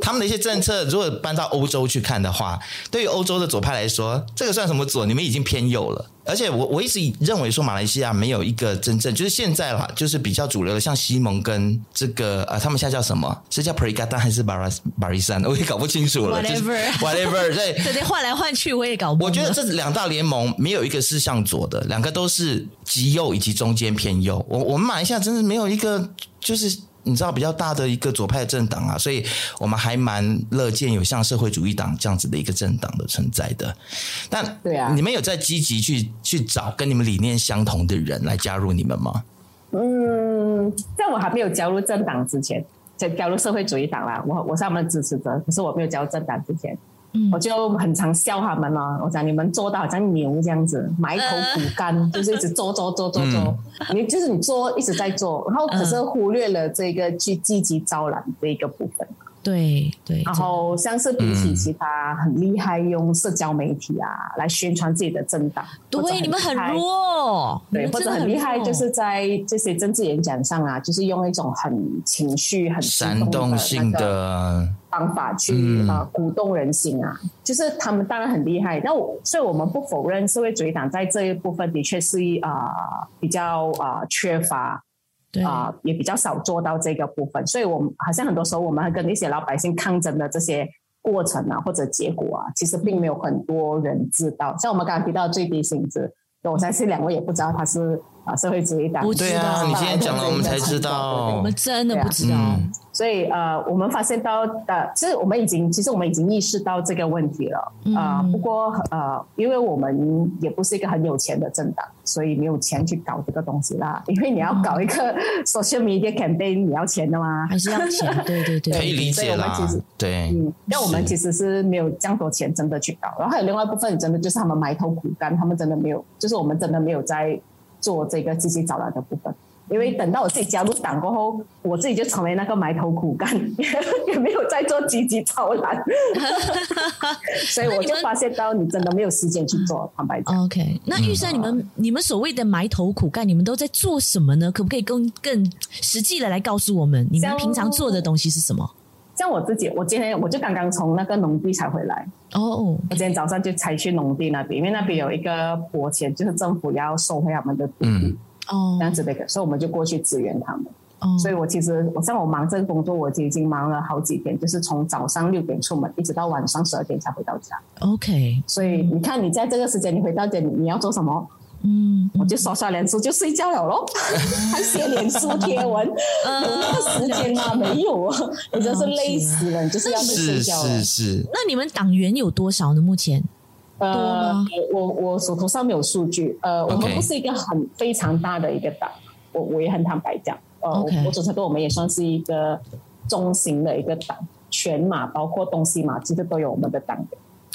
S2: 他们的一些政策，如果搬到欧洲去看的话，对于欧洲的左派来说，这个算什么左？你们已经偏右了。而且我我一直认为说马来西亚没有一个真正就是现在啦，就是比较主流的，像西蒙跟这个呃，他们现在叫什么？是叫 Perikatan 还是 Baras Barisan？我也搞不清楚了。就是
S3: Whatever
S2: whatever，对，
S3: 对对，换来换去我也搞不。
S2: 我觉得这两大联盟没有一个是向左的，两个都是极右以及中间偏右。我我们马来西亚真的没有一个就是。你知道比较大的一个左派政党啊，所以我们还蛮乐见有像社会主义党这样子的一个政党的存在的。但
S5: 对啊
S2: 你们有在积极去去找跟你们理念相同的人来加入你们吗？
S5: 嗯，在我还没有加入政党之前，在加入社会主义党啦，我我是他们的支持者，可是我没有加入政党之前，
S3: 嗯
S5: 我就很常笑他们哦，我讲你们做到好像牛这样子，埋头苦干， 就是一直做做做做做，你就是你做一直在做，然后可是忽略了这个去积极招揽这一个部分。
S3: 对对，
S5: 然后像是比起其他很厉害用社交媒体啊、来宣传自己的政党，
S3: 真
S5: 或者
S3: 的对你们很
S5: 厉害
S3: 弱，你
S5: 对，
S3: 们
S5: 或
S3: 嗯真
S5: 者
S3: 的
S5: 很厉害，
S3: 弱
S5: 就是啊在这些政治演讲上啊，就是用一种很情绪、很激
S2: 煽动性
S5: 那个
S2: 的，
S5: 方法去、
S2: 嗯
S5: 呃鼓动人心啊。就是他们当然很厉害，但我所以我们不否认社会主义党在这一部分的确是啊、呃比较啊、呃缺乏
S3: 对
S5: 啊、也比较少做到这个部分，所以我们好像很多时候我们跟一些老百姓抗争的这些过程啊或者结果啊，其实并没有很多人知道。像我们刚刚提到的最低薪资，我相信两位也不知道他是啊、社会主义党
S3: 不知道
S2: 对啊，你今天讲了我们才知
S3: 我
S2: 道
S3: 们，真的不知道。
S2: 嗯，
S5: 所以呃，我们发现到呃，其实我们已经其实我们已经意识到这个问题了啊、
S3: 嗯
S5: 不过呃，因为我们也不是一个很有钱的政党，所以没有钱去搞这个东西啦。因为你要
S3: 嗯
S5: 搞一个 social media campaign，你要钱的嘛。
S3: 还是要钱，对对对，
S2: 可以理
S5: 所以
S2: 解
S5: 我们
S2: 啦
S5: 其实，
S2: 对，
S5: 嗯，但我们
S2: 是
S5: 其实是没有这样多钱真的去搞，然后还有另外一部分真的就是他们埋头苦干，他们真的没有，就是我们真的没有在做这个积极找来的部分。因为等到我自己加入 党过后，我自己就成为那个埋头苦干，也没有在做积极招揽， 所以我就发现到你真的没有时间去做。坦白讲，
S3: OK，那玉山，你们、你们所谓的埋头苦干，你们都在做什么呢？可不可以更更实际的来告诉我们，你们
S5: 像
S3: 平常做的东西是什么？
S5: 像我自己，我今天我就刚刚从那个农地才回来，
S3: 哦，
S5: 我今天早上就才去农地那边，因为那边有一个拨钱，就是政府要收回他们的土地。
S2: 嗯
S3: 哦
S5: 这样子的一个，所以我们就过去支援他们。
S3: 哦，
S5: 所以我其实我像我忙这个工作，我已经忙了好几天，就是从早上六点出门，一直到晚上十二点才回到家。
S3: OK，
S5: 所以
S2: 嗯
S5: 你看，你在这个时间你回到家，你你要做什么？
S3: 嗯，
S5: 我就刷刷脸书就睡觉了 咯，还写脸书贴文，有
S3: 呃
S5: 那个时间吗？没有 啊，你真是累死了，你就是要去睡
S2: 是
S5: 觉了。
S2: 是是，
S3: 那你们党员有多少呢？目前
S5: 呃
S3: 吗，
S5: 我我手头上没有数据，呃，我
S2: OK
S5: 们不是一个很非常大的一个党，我我也很坦白讲，呃
S3: OK
S5: 我我总承认我们也算是一个中型的一个党，全马包括东西马其实都有我们的党员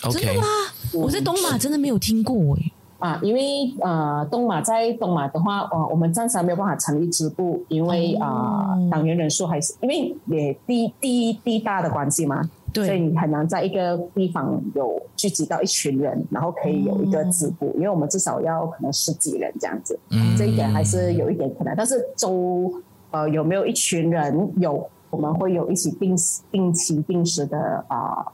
S2: OK，
S3: 真的吗？我在东马真的没有听过哎、
S5: 啊，因为呃东马在东马的话，呃我们暂时还没有办法成立支部，因为啊、
S3: 哦
S5: 呃、党员人数还是因为也地地地大的关系嘛，所以
S3: 对，
S5: 你很难在一个地方有聚集到一群人，然后可以有一个支部，因为我们至少要可能十几人这样子，
S2: 嗯
S5: 这一点还是有一点困难。但是周呃有没有一群人有，我们会有一起定时定期定时的啊、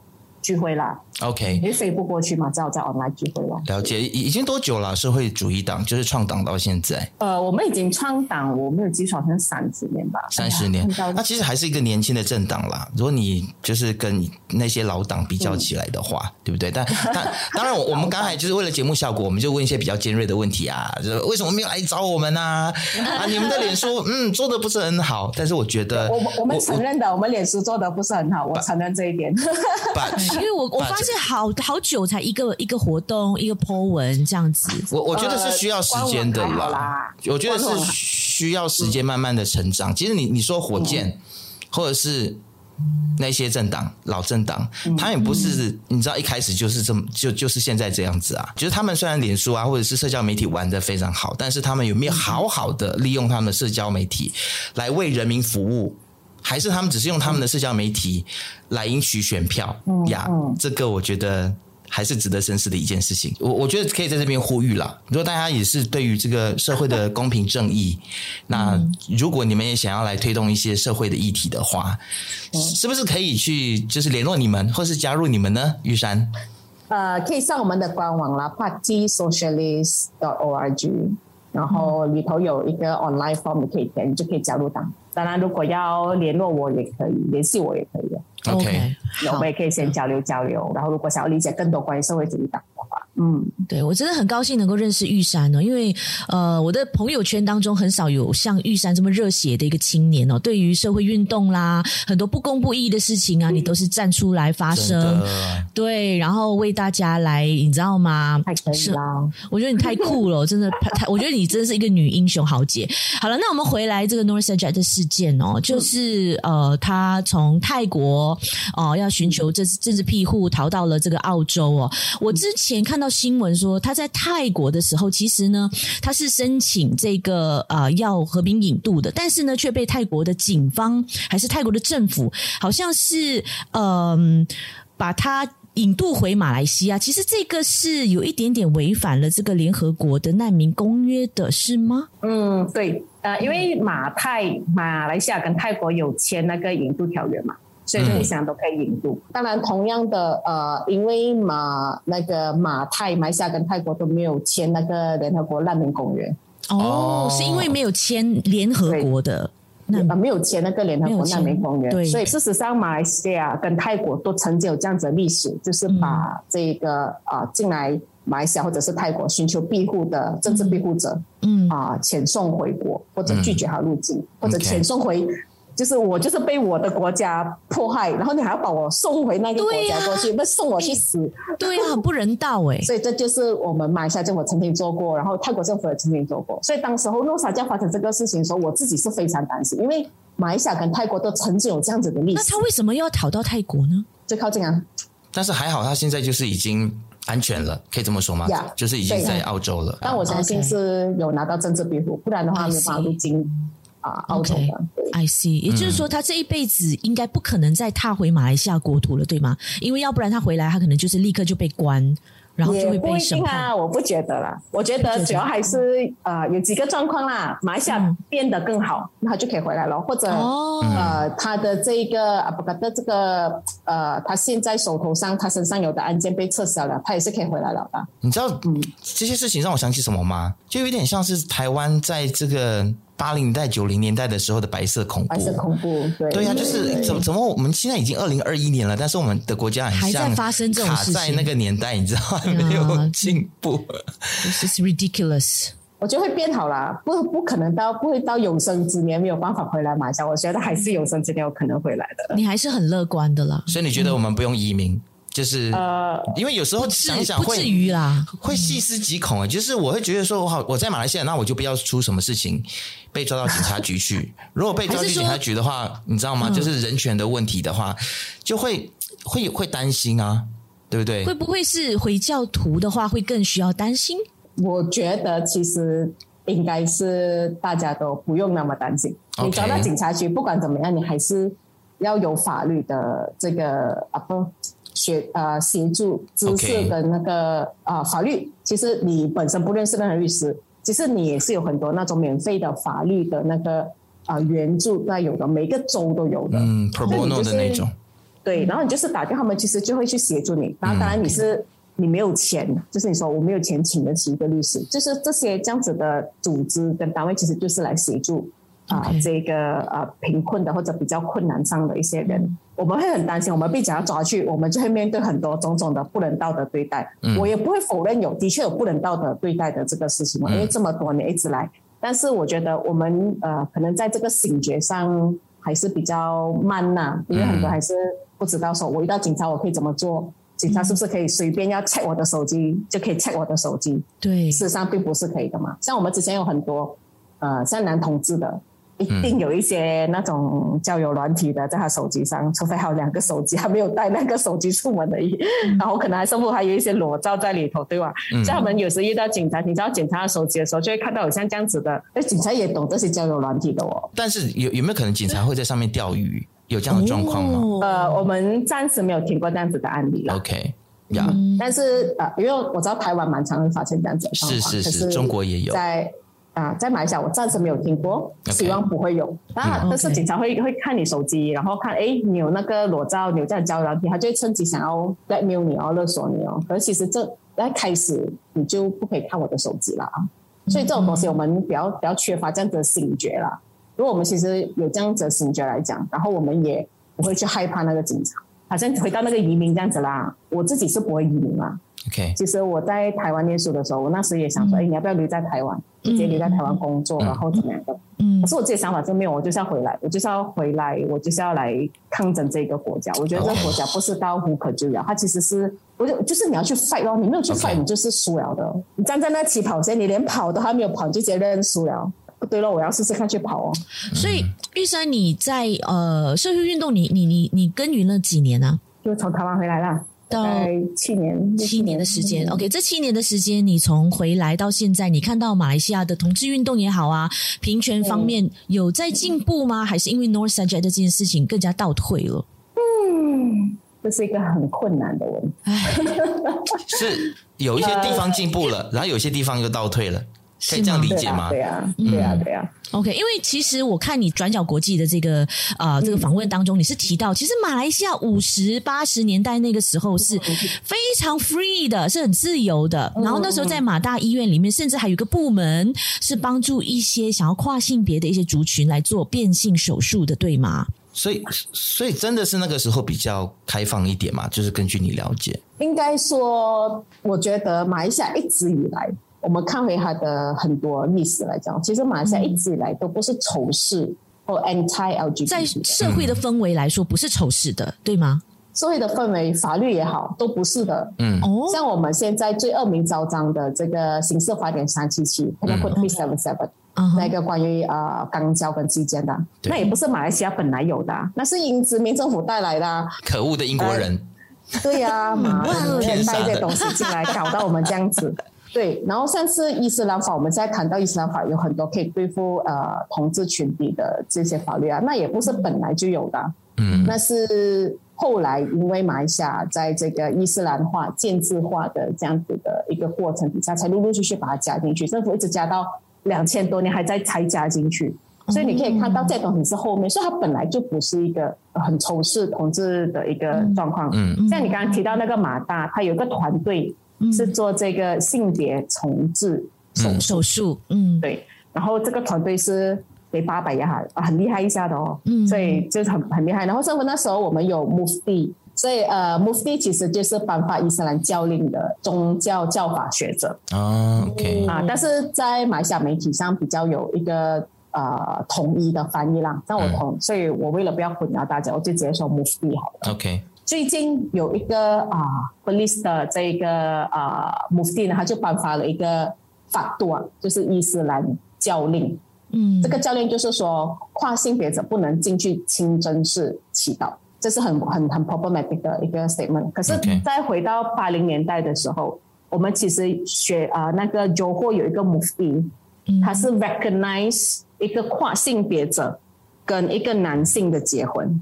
S5: 聚会啦，
S2: OK
S5: 因。为飞不过去嘛，只好在 online 聚会咯。
S2: 了解，已已经多久了？社会主义党就是创党到现在
S5: 呃，我们已经创党，我们有基础好像三十年吧，
S2: 三十年
S5: 哎呀，
S2: 那其实还是一个年轻的政党啦。如果你就是跟那些老党比较起来的话，对不对？但但当然，我我们刚才就是为了节目效果，我们就问一些比较尖锐的问题啊，就是为什么没有来找我们啊？啊，你们的脸书嗯做的不是很好，但是我觉得
S5: 我们我们承认的，我们脸书做的不是很好，我承认这一点。
S2: but
S3: 因为我我发现好好久才一个一个活动一个 po 文这样子，
S2: 我我觉得是需要时间的
S5: 呃官网还好
S2: 啦
S5: 啦，
S2: 我觉得是需要时间慢慢的成长。其实你你说火箭，或者是那些政党老政党，他也不是你知道一开始就是这么就就是现在这样子啊。就是他们虽然脸书啊或者是社交媒体玩的非常好，但是他们有没有好好的利用他们的社交媒体来为人民服务？还是他们只是用他们的社交媒体来赢取选票呀？这个我觉得还是值得深思的一件事情。我我觉得可以在这边呼吁啦，如果大家也是对于这个社会的公平正义，那如果你们也想要来推动一些社会的议题的话，是不是可以去就是联络你们，或是加入你们呢？玉山，
S5: 呃，可以上我们的官网啦，partysocialist.org，然后里头有一个 online form 你可以填，你就可以加入党。当然，如果要联络我也可以，联系我也可以的，
S2: OK
S5: 我
S3: 好
S5: 们。也可以先交流交流。然后，如果想要理解更多关于社会主义党的话，嗯，
S3: 对我真的很高兴能够认识玉山哦，因为呃，我的朋友圈当中很少有像玉山这么热血的一个青年哦。对于社会运动啦，很多不公不义的事情啊，你都是站出来发
S2: 真
S3: 声，
S2: 的，
S3: 对，然后为大家来，你知道吗？
S5: 还可以
S3: 是
S5: 啦。
S3: 我觉得你太酷了，真的太，我觉得你真是一个女英雄豪杰。好了，那我们回来这个 Norris a j a 的事件哦，就是、呃，他从泰国哦、要寻求政治政治庇护，逃到了这个澳洲哦。我之前看到新闻说，他在泰国的时候，其实呢，他是申请这个呃要和平引渡的，但是呢，却被泰国的警方还是泰国的政府，好像是嗯、把他。引渡回马来西亚，其实这个是有一点点违反了这个联合国的难民公约的，是吗？
S5: 嗯，对，呃，因为马泰、马来西亚跟泰国有签那个引渡条约嘛，所以
S2: 嗯
S5: 互相都可以引渡。当然，同样的，呃，因为马那个马泰、马来西亚跟泰国都没有签那个联合国难民公约，
S3: 哦，
S2: 哦
S3: 是因为没有签联合国的难
S5: 呃，没有签那个联合
S3: 没有
S5: 国
S3: 签
S5: 难民公约
S3: 对，
S5: 所以事实上，马来西亚跟泰国都曾经有这样子的历史，就是
S3: 嗯
S5: 把这个啊、呃进来马来西亚或者是泰国寻求庇护的政治庇护者，
S3: 嗯
S5: 啊、遣送回国或者拒绝他入境，或者
S2: OK
S5: 遣送回。就是我就是被我的国家迫害，然后你还要把我送回那个国
S3: 对呀
S5: 家过去，不、送我去死，
S3: 对啊，很不人道 哎、
S5: 所以这就是我们马来西亚政府曾经做过，然后泰国政府也曾经做过。所以当时候诺萨教发生这个事情的时候，我自己是非常担心，因为马来西亚跟泰国都曾经有这样子的历
S3: 那
S5: 史
S3: 他，为什么又要逃到泰国呢？
S5: 最靠近啊，
S2: 但是还好他现在就是已经安全了，可以这么说吗
S5: Yeah，
S2: 就是已经
S5: 对啊
S2: 在澳洲了。
S5: 但我相信
S3: OK
S5: 是有拿到政治庇护，不然的话
S3: I
S5: 没有办法
S3: see
S5: 入境啊澳洲
S3: OK
S5: 的。对嗯
S3: I see，也就是说，他这一辈子应该不可能再踏回马来西亚国土了，对吗？因为要不然他回来，他可能就是立刻就被关，然后就会
S5: 也不
S3: 被
S5: 一
S3: 审
S5: 定
S3: 判。
S5: 啊，我不觉得啦。我觉
S3: 不觉
S5: 得
S3: 得
S5: 主要还是呃有几个状况啦，马来西亚
S3: 嗯
S5: 变得更好，那他就可以回来了，或者
S3: 哦，
S5: 呃，
S2: 嗯
S5: 他的这一个阿布嘎的这个呃，他现在手头上他身上有的案件被撤销了，他也是可以回来了啊吧？
S2: 你知道这些事情让我想起什么吗？就有点像是台湾在这个八零年代、九零年代的时候的白色恐怖。
S5: 还是恐怖？对
S2: 哦对呀、啊就是怎么怎么我们现在已经二零二一年了，但是我们的国家很像
S3: 还在发生这种
S2: 卡
S3: 事情
S2: 在那个年代，你知道还 没有
S3: 呀
S2: 进步。
S3: this is ridiculous。
S5: 我觉得会变好啦，不不可能到不会到有生之年没有办法回来马来西亚，我觉得还是有生之年有可能回来的。
S3: 你还是很乐观的啦，
S2: 所以你觉得我们不用移民，就是
S5: 呃，
S2: 因为有时候
S3: 是
S2: 想想
S3: 不
S2: 会
S3: 至于啦。
S2: 会细思极恐啊！就是我会觉得说，我好我在马来西亚，那我就不要出什么事情，被抓到警察局去。如果被抓
S3: 还
S2: 去
S3: 是
S2: 警
S3: 说
S2: 察局的话，你知道
S5: 嗯
S2: 吗？就是人权的问题的话，就会会会担心啊，对不对
S3: 会？不会是回教徒的话会更需要担心？
S5: 我觉得其实应该是大家都不用那么担心。
S2: OK
S5: 你找到警察局，不管怎么样，你还是要有法律的这个啊不学呃协助知
S2: OK
S5: 识跟那个啊、法律。其实你本身不认识任何律师，其实你也是有很多那种免费的法律的那个啊、援助，那有的每个州都有的。
S2: 嗯，pro
S5: 那你
S2: bono
S5: 就
S2: 的
S5: 是
S2: 那种，
S5: 对，然后你就是打电话，他们其实就会去协助你。然后当然你是、你没有钱，就是你说我没有钱请得起一个律师，就是这些这样子的组织跟单位，其实就是来协助啊、
S3: OK
S5: 这个呃贫困的或者比较困难上的一些人。我们会很担心，我们被警察抓去，我们就会面对很多种种的不人道的对待。
S2: 嗯
S5: 我也不会否认有的确有不人道的对待的这个事情嘛，因为这么多年一直来。但是我觉得我们呃，可能在这个醒觉上还是比较慢呐、因为很多还是不知道说我遇到警察我可以怎么做，警察是不是可以随便要 check 我的手机就可以 check 我的手机？
S3: 对
S5: 事实上并不是可以的嘛。像我们之前有很多，呃，像男同志的，一定有一些那种交友软体的在他手机上，除非还有两个手机，他没有带那个手机出门而已，
S2: 嗯
S5: 然后可能还甚至还有一些裸照在里头，对吧？像他们有时遇到警察，你知道检查他手机的时候，就会看到有像这样子的，哎，警察也懂这些交友软体的哦。
S2: 但是有有没有可能警察会在上面钓鱼？有这样的状况吗
S3: 哦
S5: 呃，我们暂时没有听过这样子的案例啦。
S2: ？OK，呀，
S5: 但是呃，因为我知道台湾蛮常会发生这样子的状
S2: 是
S5: 况，
S2: 是
S5: 哦可
S2: 是，中国也有。
S5: 在啊、在马来西亚我暂时没有听过，
S2: OK
S5: 希望不会有。那、
S3: 嗯
S5: 但是
S3: OK
S5: 警察会会看你手机，然后看诶，你有那个裸照，你有这样交友软体，他就会趁机想要 blackmail 你哦，勒索你哦。可是其实这在开始你就不可以看我的手机了啊。
S2: 嗯
S5: 所以这种东西我们比较比较缺乏这样子的醒觉啦。如果我们其实有这样子的醒觉来讲，然后我们也不会去害怕那个警察。好像回到那个移民这样子啦，我自己是不会移民啦，
S2: OK，
S5: 其实我在台湾念书的时候，我那时也想说，哎、你要不要留在台湾？直接留在台湾工作，
S2: 嗯
S5: 然后怎么样的？
S3: 嗯
S5: 可是我自己想法是没有，我就是要回来，我就是要回来，我就是要来抗争这个国家。我觉得这
S2: 哦
S5: 个国家不是到无可救药，它其实是，我就就是你要去 fight 咯，你没有去
S2: OK
S5: fight，你就是输了的。你站在那起跑线，你连跑都还没有跑，你就直接认输了。不对了，我要试试看去跑哦。
S3: 所以玉山你在呃社会运动你，你你你耕耘了几年呢、
S5: 就从台湾回来啦，
S2: 哦
S3: 到
S5: 大概去年嗯
S3: 七年的时间，OK，这七年的时间，你从回来到现在，你看到马来西亚的同志运动也好啊，平权方面有在进步吗？还是因为 North Side 这件事情更加倒退了？
S5: 这是一个很困难的问题。
S2: 是有一些地方进步了，然后有些地方又倒退了，可以这样理
S5: 呃对
S2: 解
S5: 啊，
S2: 吗嗯
S5: 对？啊，对啊，对啊。
S3: OK，因为其实我看你转角国际的这个呃这个访问当中，你是提到，其实马来西亚五十八十年代那个时候是非常 free 的，是很自由的。然后那时候在马大医院里面，甚至还有一个部门是帮助一些想要跨性别的一些族群来做变性手术的，对吗？
S2: 所以所以真的是那个时候比较开放一点嘛，就是根据你了解，
S5: 应该说，我觉得马来西亚一直以来，我们看回它的很多历史来讲，其实马来西亚一直以来都不是仇视或 anti
S3: 在
S5: LGBT 的
S3: 社会的氛围来说，不是仇视的，对吗？
S5: 社会的氛围、法律也好，都不是的。
S2: 嗯
S3: 哦，
S5: 像我们现在最恶名昭彰的这个刑事法典三七七 p e n a c o d e 377，
S3: 嗯哼
S5: 那个关于呃肛交跟鸡奸的啊，
S2: 对
S5: 那也不是马来西亚本来有的啊，那是英殖民政府带来的啊。
S2: 可恶的英国人，
S5: 对呀、马
S2: 哇
S5: 来人带这些东西进来，搞到我们这样 子。对，然后上次伊斯兰法，我们现在谈到伊斯兰法有很多可以对付呃同志群体的这些法律啊，那也不是本来就有的啊，
S2: 嗯
S5: 那是后来因为马来西亚在这个伊斯兰化、建制化的这样子的一个过程底下，才陆陆续续把它加进去，政府一直加到两千多年，还在才加进去。
S2: 嗯
S5: 所以你可以看到这东西是后面，所以它本来就不是一个呃很仇视同志的一个状况。
S2: 嗯，
S5: 像你刚刚提到那个马大，他有一个团队
S3: 嗯
S5: 是做这个性别重置手术，
S3: 手术，嗯，
S5: 对，然后这个团队是给八百亚啊，很厉害一下的哦，
S3: 嗯
S5: 所以就是很很厉害。然后甚至那时候我们有 Mufti，所以呃，Mufti 其实就是颁发伊斯兰教令的宗教教法学者
S2: 啊，OK，
S3: 嗯
S5: 啊，但是在马来西亚媒体上比较有一个。呃，统一的翻译啦，那我同，
S2: 嗯
S5: 所以我为了不要混淆大家，我就直接说 Mufti 好了。
S2: OK，
S5: 最近有一个啊，police 的这一个啊 mufti 呢，他就颁发了一个法度啊，就是伊斯兰教令。
S3: 嗯
S5: 这个教令就是说，跨性别者不能进去清真寺祈祷，这是很很很 problematic 的一个 statement。可是
S2: OK，
S5: 再回到八零年代的时候，我们其实学啊、那个 Johor 有一个 mufti，他是 recognize 一个跨性别者跟一个男性的结婚。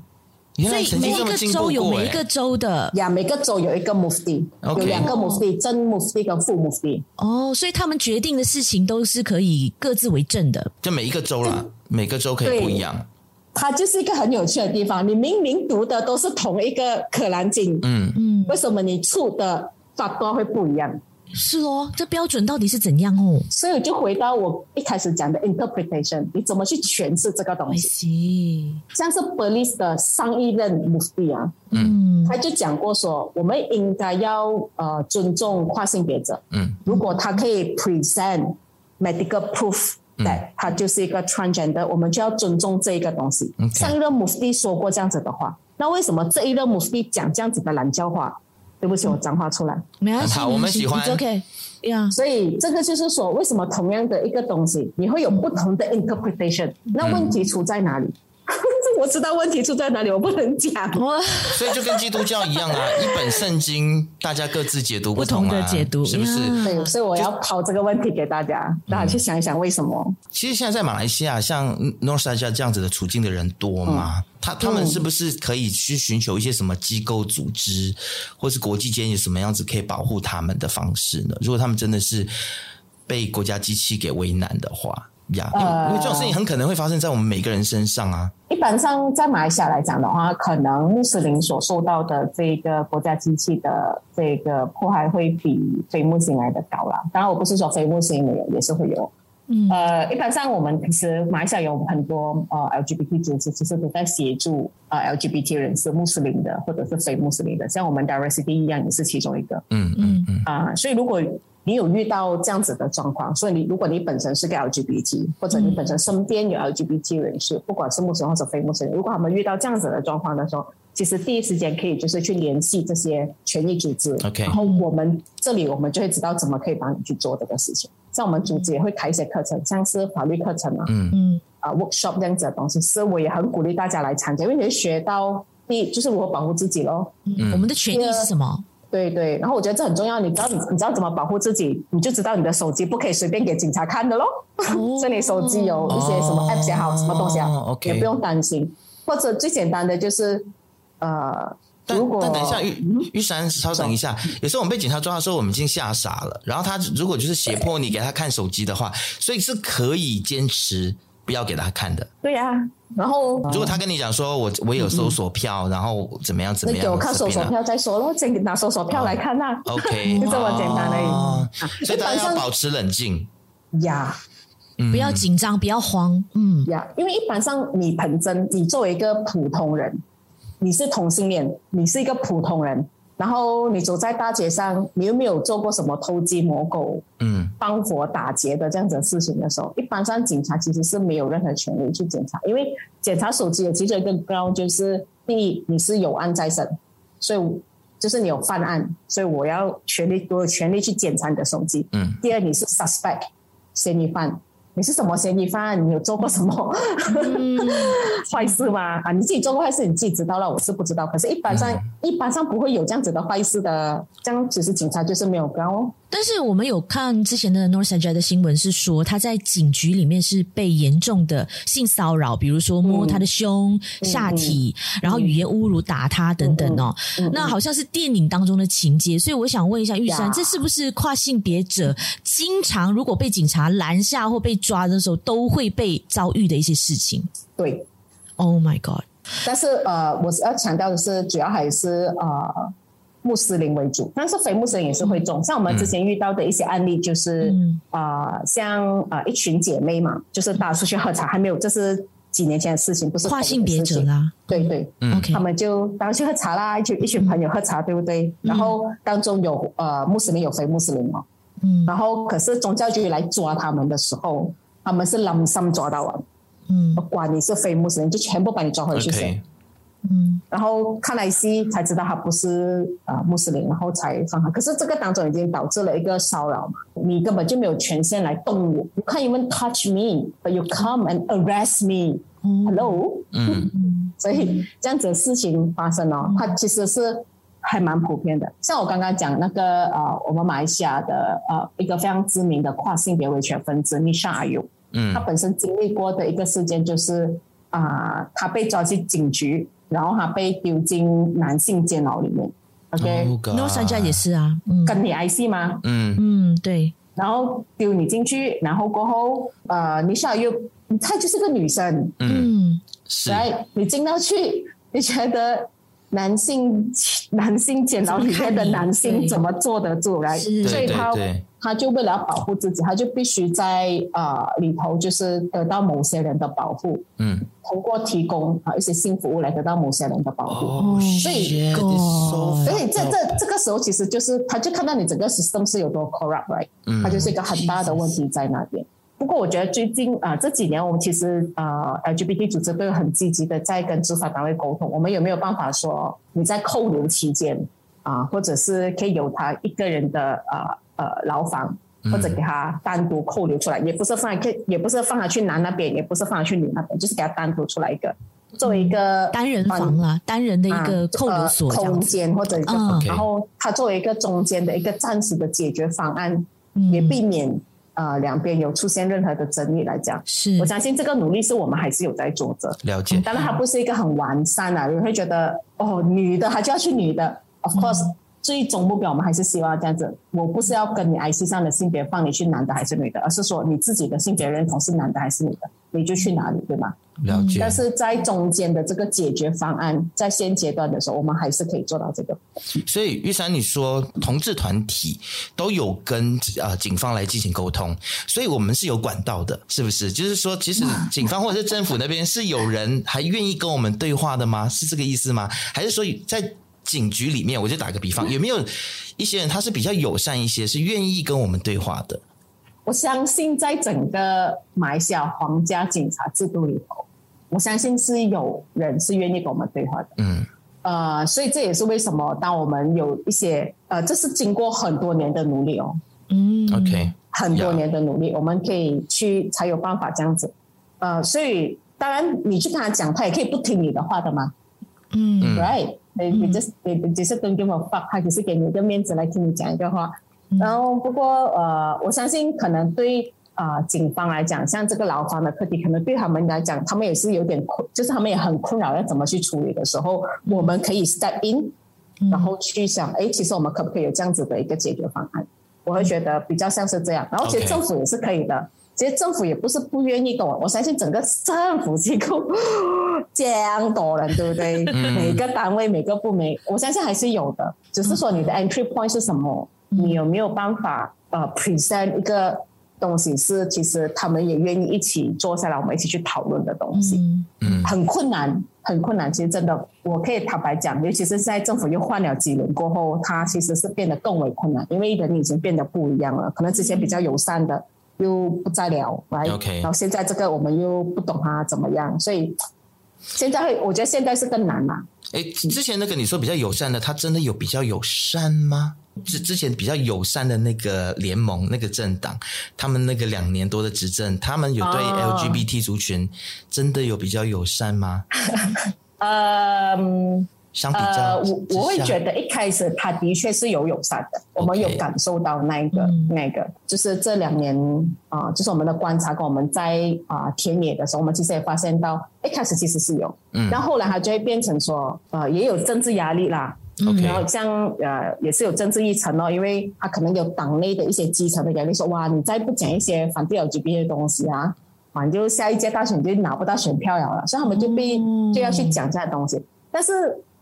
S2: 原
S3: 所
S2: 来
S3: 以
S2: 曾
S3: 每
S2: 经
S3: 一
S2: 这么
S3: 个
S2: 进
S3: 州
S2: 步
S3: 有
S2: 过
S3: 每一
S2: 哎
S3: 个，州的
S5: 呀，每个州有一个 mufti，
S2: OK
S5: 有两个 mufti，真 mufti 跟副 mufti。
S3: 哦，所以他们决定的事情都是可以各自为政的。
S2: 就每一个州啦，每个州可以
S5: 对
S2: 不一样，
S5: 它就是一个很有趣的地方。你明明读的都是同一个《可兰经》，
S2: 嗯，
S3: 嗯，
S5: 为什么你出的法多会不一样？
S3: 是哦，这标准到底是怎样哦
S5: 所以我就回到我一开始讲的 interpretation，你怎么去诠释这个东
S3: ？I
S5: 西？
S3: see，
S5: 像是 Belize 的上一任 mufti 啊，
S3: 嗯
S5: 他就讲过说，我们应该要呃尊重跨性别者。
S2: 嗯，
S5: 如果他可以 present medical proof
S2: 嗯
S5: that 他就是一个 transgender，、我们就要尊重这一个东西。
S2: OK
S5: 上任 mufti 说过这样子的话，那为什么这一任 m u s l i 讲这样子的懒叫话？对不起，我脏话出来。
S3: 没关系，
S2: 好我们喜欢
S3: OK 呀，
S5: 所以这个就是说，为什么同样的一个东西，你会有不同的 interpretation？那
S2: 嗯
S5: 问题出在哪里？ 我知道问题出在哪里，我不能讲。
S3: 我
S2: 所以就跟基督教一样啊，一本圣经大家各自解读同啊，
S3: 不同的解读
S2: 是不是？
S3: 呀
S5: 对，所以我要抛这个问题给大家，大家去想一想为什么。
S2: 其实现在在马来西亚，像 North s i d 这样子的处境的人多吗？
S5: 嗯
S2: 他他们是不是可以去寻求一些什么机构、组织，或是国际间有什么样子可以保护他们的方式呢？如果他们真的是被国家机器给为难的话，呀，因为、
S5: 呃
S2: 因为这种事情很可能会发生在我们每个人身上啊。
S5: 一般上在马来西亚来讲的话，可能穆斯林所受到的这个国家机器的这个迫害会比非穆斯林来的高啦。当然，我不是说非穆斯林没有，也是会有。
S3: 嗯
S5: 呃，一般上我们其实马来西亚有很多呃 LGBT 组织，其实都在协助呃 LGBT 人士，穆斯林的或者是非穆斯林的，像我们 Diversity 一样也是其中一个。
S2: 嗯嗯
S3: 嗯
S5: 啊、所以如果你有遇到这样子的状况，所以你如果你本身是个 LGBT，或者你本身身边有 LGBT 人士，不管是穆斯林或者非穆斯林，如果他们遇到这样子的状况的时候，其实第一时间可以就是去联系这些权益组织
S2: OK
S5: 然后我们这里我们就会知道怎么可以帮你去做这个事情。像我们组织也会开一些课程，像是法律课程啊，
S2: 嗯
S3: 嗯
S5: 啊 workshop 这样子的东西，是我也很鼓励大家来参加，因为你会学到第一就是如何保护自己咯，
S3: 嗯， 我们的权益是什么？
S5: 对对，然后我觉得这很重要，你知道你你知道怎么保护自己，你就知道你的手机不可以随便给警察看的喽。
S3: 哦
S5: 所以你手机有一些什么
S2: 哦
S5: app 也好，什么东西
S2: 哦
S5: 啊，
S2: ，OK
S5: 也不用担心。或者最简单的就是，呃，
S2: 但
S5: 如果嗯
S2: 但等一下，玉玉山稍等一下，有时候我们被警察抓的时候，我们已经吓傻了。然后他如果就是胁迫你给他看手机的话，所以是可以坚持不要给他看的。
S5: 对呀、然后
S2: 如果他跟你讲说我我有搜索票，然后怎么样怎么
S5: 你
S2: 样，
S5: 给
S2: 啊
S5: 我看手
S2: 怎
S5: 索
S2: 么样
S5: 票再说咯，先拿手索票来看啊，
S2: 哦，OK，
S5: 就这么简单而已
S2: 哦
S5: 啊
S2: 所以大
S5: 一般
S2: 家要
S5: 上
S2: 保持冷静，
S5: 呀
S2: 嗯
S3: 不要紧张，不要慌，嗯
S5: 呀，因为一般上你本身你作为一个普通人，你是同性恋，你是一个普通人，然后你走在大街上，你又没有做过什么偷鸡摸狗、
S2: 嗯
S5: 放火打劫的这样子的事情的时候，一般上警察其实是没有任何权利去检查，因为检查手机的其中一个 ground 就是第一你是有案在身，所以就是你有犯案，所以我要权利我有权利去检查你的手机。
S2: 嗯，
S5: 第二你是 suspect 嫌疑犯，你是什么嫌疑 犯？你有做过什么？
S3: 嗯
S5: 坏事吗？啊，你自己做过坏事，你自己知道了，我是不知道。可是，一般上、一般上不会有这样子的坏事的。这样只是警察就是没有干哦。
S3: 但是我们有看之前的 North s i d e 的新闻，是说他在警局里面是被严重的性骚扰，比如说
S5: 嗯
S3: 摸他的胸、下体，然后语言侮辱、打他等等哦。
S5: 嗯
S3: 那好像是电影当中的情节，所以我想问一下玉山，
S5: 呀
S3: 这是不是跨性别者经常如果被警察拦下或被抓的时候，都会被遭遇的一些事情
S5: 对，
S3: ？Oh my god！
S5: 但是呃，我是要强调的是，主要还是呃穆斯林为主，但是非穆斯林也是会中。像我们之前遇到的一些案例，就是、
S3: 嗯
S5: 呃，像呃一群姐妹嘛，就是大家出去喝茶，还没有，这是几年前的事情，不是
S3: 跨性
S5: 同一
S3: 别
S5: 个事
S3: 者
S5: 情。
S3: 啦
S5: 对对，
S2: 嗯
S3: ，OK，
S5: 他们就当然去喝茶啦，一群一群朋友喝茶，对不对？然后当中有呃穆斯林有非穆斯林哦，
S3: 嗯
S5: 然后可是宗教局来抓他们的时候，他们是 lump sum 抓到完，
S3: 嗯
S5: 不管你是非穆斯林，就全部把你抓回去审。
S2: ，OK，
S3: 嗯
S5: 然后看来西才知道他不是呃穆斯林，然后才放他。可是这个当中已经导致了一个骚扰嘛，你根本就没有权限来动我。You can't even touch me, but you come and arrest me.
S3: 嗯
S5: Hello，
S2: 嗯
S5: 所以这样子的事情发生哦，它其实是还蛮普遍的。像我刚刚讲那个呃，我们马来西亚的呃一个非常知名的跨性别维权分支 Nisha 阿尤，他
S2: 嗯
S5: 本身经历过的一个事件就是啊、他被抓去警局，然后他被丢进男性监牢里面。OK，、
S2: Oh God
S3: ，North s i d e 也是啊，嗯
S5: 跟你 IC 吗？
S2: 嗯
S3: 嗯，对，
S5: 然后丢你进去，然后过后呃，Nisha 又她就是个女生，
S2: 嗯，
S3: 嗯
S2: 是
S5: 来，你进到去，你觉得男性男性监牢里面的男性怎么坐得住？来，
S3: 是
S5: 所以他
S2: 对对对
S5: 他就为了保护自己，他就必须在呃里头就是得到某些人的保护，
S2: 嗯，
S5: 通过提供啊、呃一些性服务来得到某些人的保护。
S2: 哦，
S5: 所以
S2: shit, it's so
S5: 所以这
S2: fucked up
S5: 这这个时候其实就是，他就看到你整个 system 是有多 corrupt，right？
S2: 嗯
S5: 它就是一个很大的问题在那边。不过我觉得最近啊、呃这几年，我们其实呃 LGBT 组织都有很积极的在跟执法单位沟通，我们有没有办法说你在扣留期间啊、或者是可以有他一个人的呃呃牢房，或者给他单独扣留出来，也不是放可以也不是放他去男那边，也不是放他去女那边，就是给他单独出来一个，作为一个
S3: 嗯单人
S5: 帮
S3: 房啦，单人的一个
S5: 啊
S3: 扣留所
S5: 呃
S3: 这样
S5: 空
S3: 子。
S5: 间或者一个，
S3: 嗯
S5: 然后它作为一个中间的一个暂时的解决方案，
S3: 嗯
S5: 也避免呃两边有出现任何的争议来讲。
S3: 是
S5: 我，相信这个努力是我们还是有在做着，
S2: 了解。
S5: 当然它不是一个很完善啊，有人会觉得哦，女的她就要去女的，of
S3: 嗯
S5: course，、最终目标我们还是希望这样子。我不是要跟你 IC 上的性别放你去男的还是女的，而是说你自己的性别认同是男的还是女的，你就去哪里，对吗？
S2: 了解，
S5: 但是在中间的这个解决方案，在现阶段的时候，我们还是可以做到这个。
S2: 所以玉山，你说同志团体都有跟呃警方来进行沟通，所以我们是有管道的，是不是？就是说，其实警方或者是政府那边是有人还愿意跟我们对话的吗？是这个意思吗？还是说在警局里面，我就打个比方，有没有一些人他是比较友善一些，是愿意跟我们对话的？
S5: 我相信在整个马来西亚皇家警察制度里头，我相信是有人是愿意跟我们对话的。
S2: 嗯，
S5: 呃，所以这也是为什么当我们有一些呃，这是经过很多年的努力哦，
S3: 嗯
S2: OK，
S5: 很多
S2: Yeah.
S5: 年的努力，我们可以去才有办法这样子。呃，所以当然你去跟他讲，他也可以不听你的话的嘛。
S3: 嗯
S2: 嗯
S5: right？你你 just 你你只是 don't give a fuck，他只是给你一个面子来听你讲一个话。
S2: 嗯
S5: 然后不过呃，我相信可能对啊、呃警方来讲，像这个牢房的课题，可能对他们来讲，他们也是有点困，就是他们也很困扰要怎么去处理的时候，我们可以 step in，然
S2: 嗯
S5: 后去想，哎，其实我们可不可以有这样子的一个解决方案？我会觉得比较像是这样。然后其
S2: OK
S5: 实政府也是可以的。其实政府也不是不愿意跟哦我，我相信整个政府机构 这样多人，对不对？
S2: 嗯
S5: 每个单位、每个部门，我相信还是有的。只是说你的 entry point 是什么，你有没有办法呃 present 一个东西是其实他们也愿意一起坐下来，我们一起去讨论的东西。
S3: 嗯
S2: 嗯，
S5: 很困难，很困难。其实真的，我可以坦白讲，尤其是在政府又换了几轮过后，它其实是变得更为困难，因为人已经变得不一样了。可能之前比较友善的又不再了来
S2: OK
S5: 然后现在这个我们又不懂它怎么样，所以现在会，我觉得现在是更难嘛。
S2: 哎，之前那个你说比较友善的，他真的有比较友善吗？之之前比较友善的那个联盟、那个政党，他们那个两年多的执政，他们有对
S5: 哦
S2: LGBT 族群真的有比较友善吗？
S5: 呃，
S2: 相啊比
S5: 呃，
S2: 较之下，
S5: 我我会觉得一开始他的确是有友善的，我们有感受到那一个
S3: 嗯
S5: 那个，就是这两年啊、就是我们的观察跟我们在啊、田野的时候，我们其实也发现到，一开始其实是有，
S2: 嗯
S5: 但后来他就会变成说，呃，也有政治压力啦。然后
S2: 嗯 OK，
S5: 像呃，也是有政治议程哦，因为他可能有党内的一些基层的压力，说哇，你再不讲一些反对 LGBT 的东西啊，啊，你就下一届大选就拿不到选票了啦，所以他们就被、
S3: 嗯
S5: 就要去讲这样的东西。但是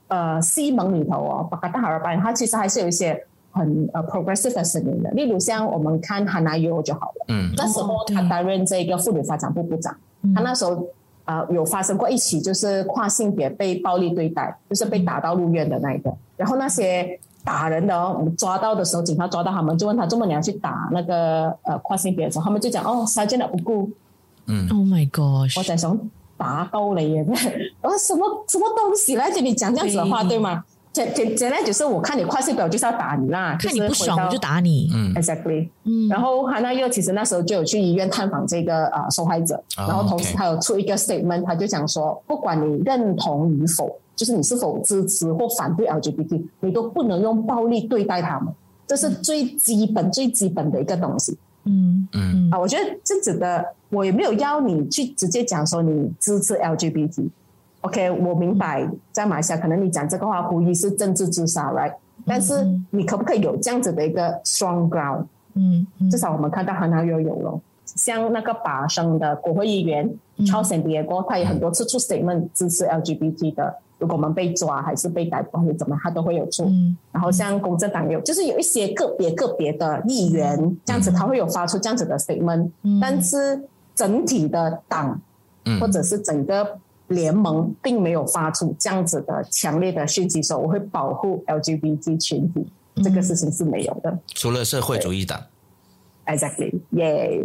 S5: 呃，西蒙里头哦，巴格达哈尔班，它其实还是有一些很呃 progressive 的声音的，例如像我们看哈纳尤就好了。
S2: 嗯
S5: 那时候
S3: 哦对嗯
S5: 他担任这个妇女发展部部长，他那时候呃有发生过一起就是跨性别被暴力对待，就是被打到入院的那一个，然后那些。打人的哦，我们抓到的时候，警察抓到他们，就问他：“这么你要去打那个呃跨性别的时候？”他们就讲：“哦，杀进了无辜。”
S2: 嗯，
S3: ，Oh my gosh，
S5: 我在想打到你耶！ 我说什么什么东西来着？你讲这样子的话，
S3: 对
S5: 对吗？简简简单就是，我看你跨性别，我就是要打你啦，
S3: 看你
S5: 是
S3: 不
S5: 回
S3: 爽
S5: 到
S3: 我就。打你。
S2: 嗯
S5: Exactly，、
S3: 嗯，
S5: 然后哈娜又其实那时候就有去医院探访这个啊、呃受害者，
S2: 哦
S5: 然后同时
S2: OK
S5: 他有出一个 statement，他就讲说，不管你认同与否，就是你是否支持或反对 LGBT，你都不能用暴力对待他们，这是最基本最基本的一个东西。
S3: 嗯
S2: 嗯
S5: 啊，我觉得这指的我也没有要你去直接讲说你支持 LGBT。OK，我明白，在马来西亚可能你讲这个话无疑是政治自杀，right？但是你可不可以有这样子的一个 strong ground？
S3: 嗯嗯
S5: 至少我们看到韩南又有了，像那个拔生的国会议员 Charles n d i e g o 他也很多次出 statement 支持 LGBT 的。如果我们被抓还是被逮捕还是怎么样，他都会有出。
S3: 嗯
S5: 然后像公正党也有，就是有一些个别个别的议员这样子，他会有发出这样子的 statement，、
S3: 嗯
S5: 但是整体的党
S2: 嗯
S5: 或者是整个联盟并没有发出这样子的强烈的讯息说我会
S3: 嗯
S5: 保护 LGBT 群体，这个事情是没有的。
S2: 除了社会主义党，
S5: Exactly，耶、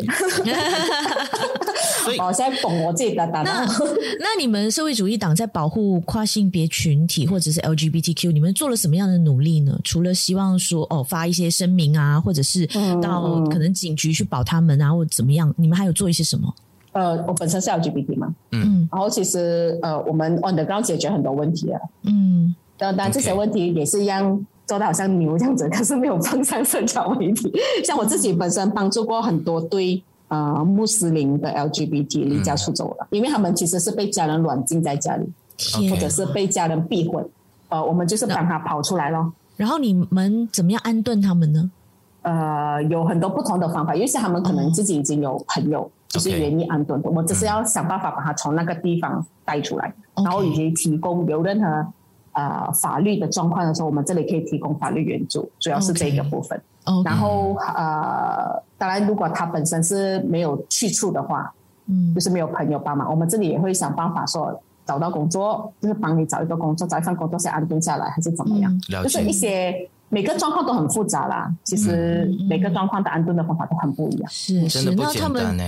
S2: 所以
S5: 哦，现在捧我自己的啊打
S3: 那
S5: 到
S3: 那你们社会主义党在保护跨性别群体或者是 LGBTQ，你们做了什么样的努力呢？除了希望说哦发一些声明啊，或者是
S5: 嗯
S3: 到可能警局去保他们啊，或者怎么样，你们还有做一些什么？
S5: 呃，我本身是 LGBT 嘛，
S3: 嗯
S5: 然后其实呃，我们 on the ground 解决很多问题啊，
S3: 嗯，
S5: 当当然
S2: OK
S5: 这些问题也是一样做的好像牛这样子，可是没有碰上社交媒体。像我自己本身帮助过很多对呃穆斯林的 LGBT 离家出走了，因为他们其实是被家人软禁在家里，
S3: 天啊，
S5: 或者是被家人逼婚，呃，我们就是帮他跑出来咯。
S3: 然后你们怎么样安顿他们呢？
S5: 呃，有很多不同的方法，尤其是他们可能自己已经有朋友，就是愿意安顿的，我只是要想办法把他从那个地方带出来，
S3: OK
S5: 然后以及提供有任何呃法律的状况的时候，我们这里可以提供法律援助，主要是这个部分。
S3: 哦，
S5: 然后呃，当然如果他本身是没有去处的话，
S3: 嗯
S5: 就是没有朋友帮忙，我们这里也会想办法说找到工作，就是帮你找一个工作，找一份工作先安顿下来，还是怎么样？
S3: 嗯
S2: 了
S5: 就是
S2: 解
S5: 一些每个状况都很复杂啦。其实
S3: 嗯
S5: 每个状况的安顿的方法都很不一样。
S3: 是
S2: 真
S3: 是，
S2: 的不
S3: 那
S2: 简
S3: 他
S2: 单
S3: 们
S2: 呢、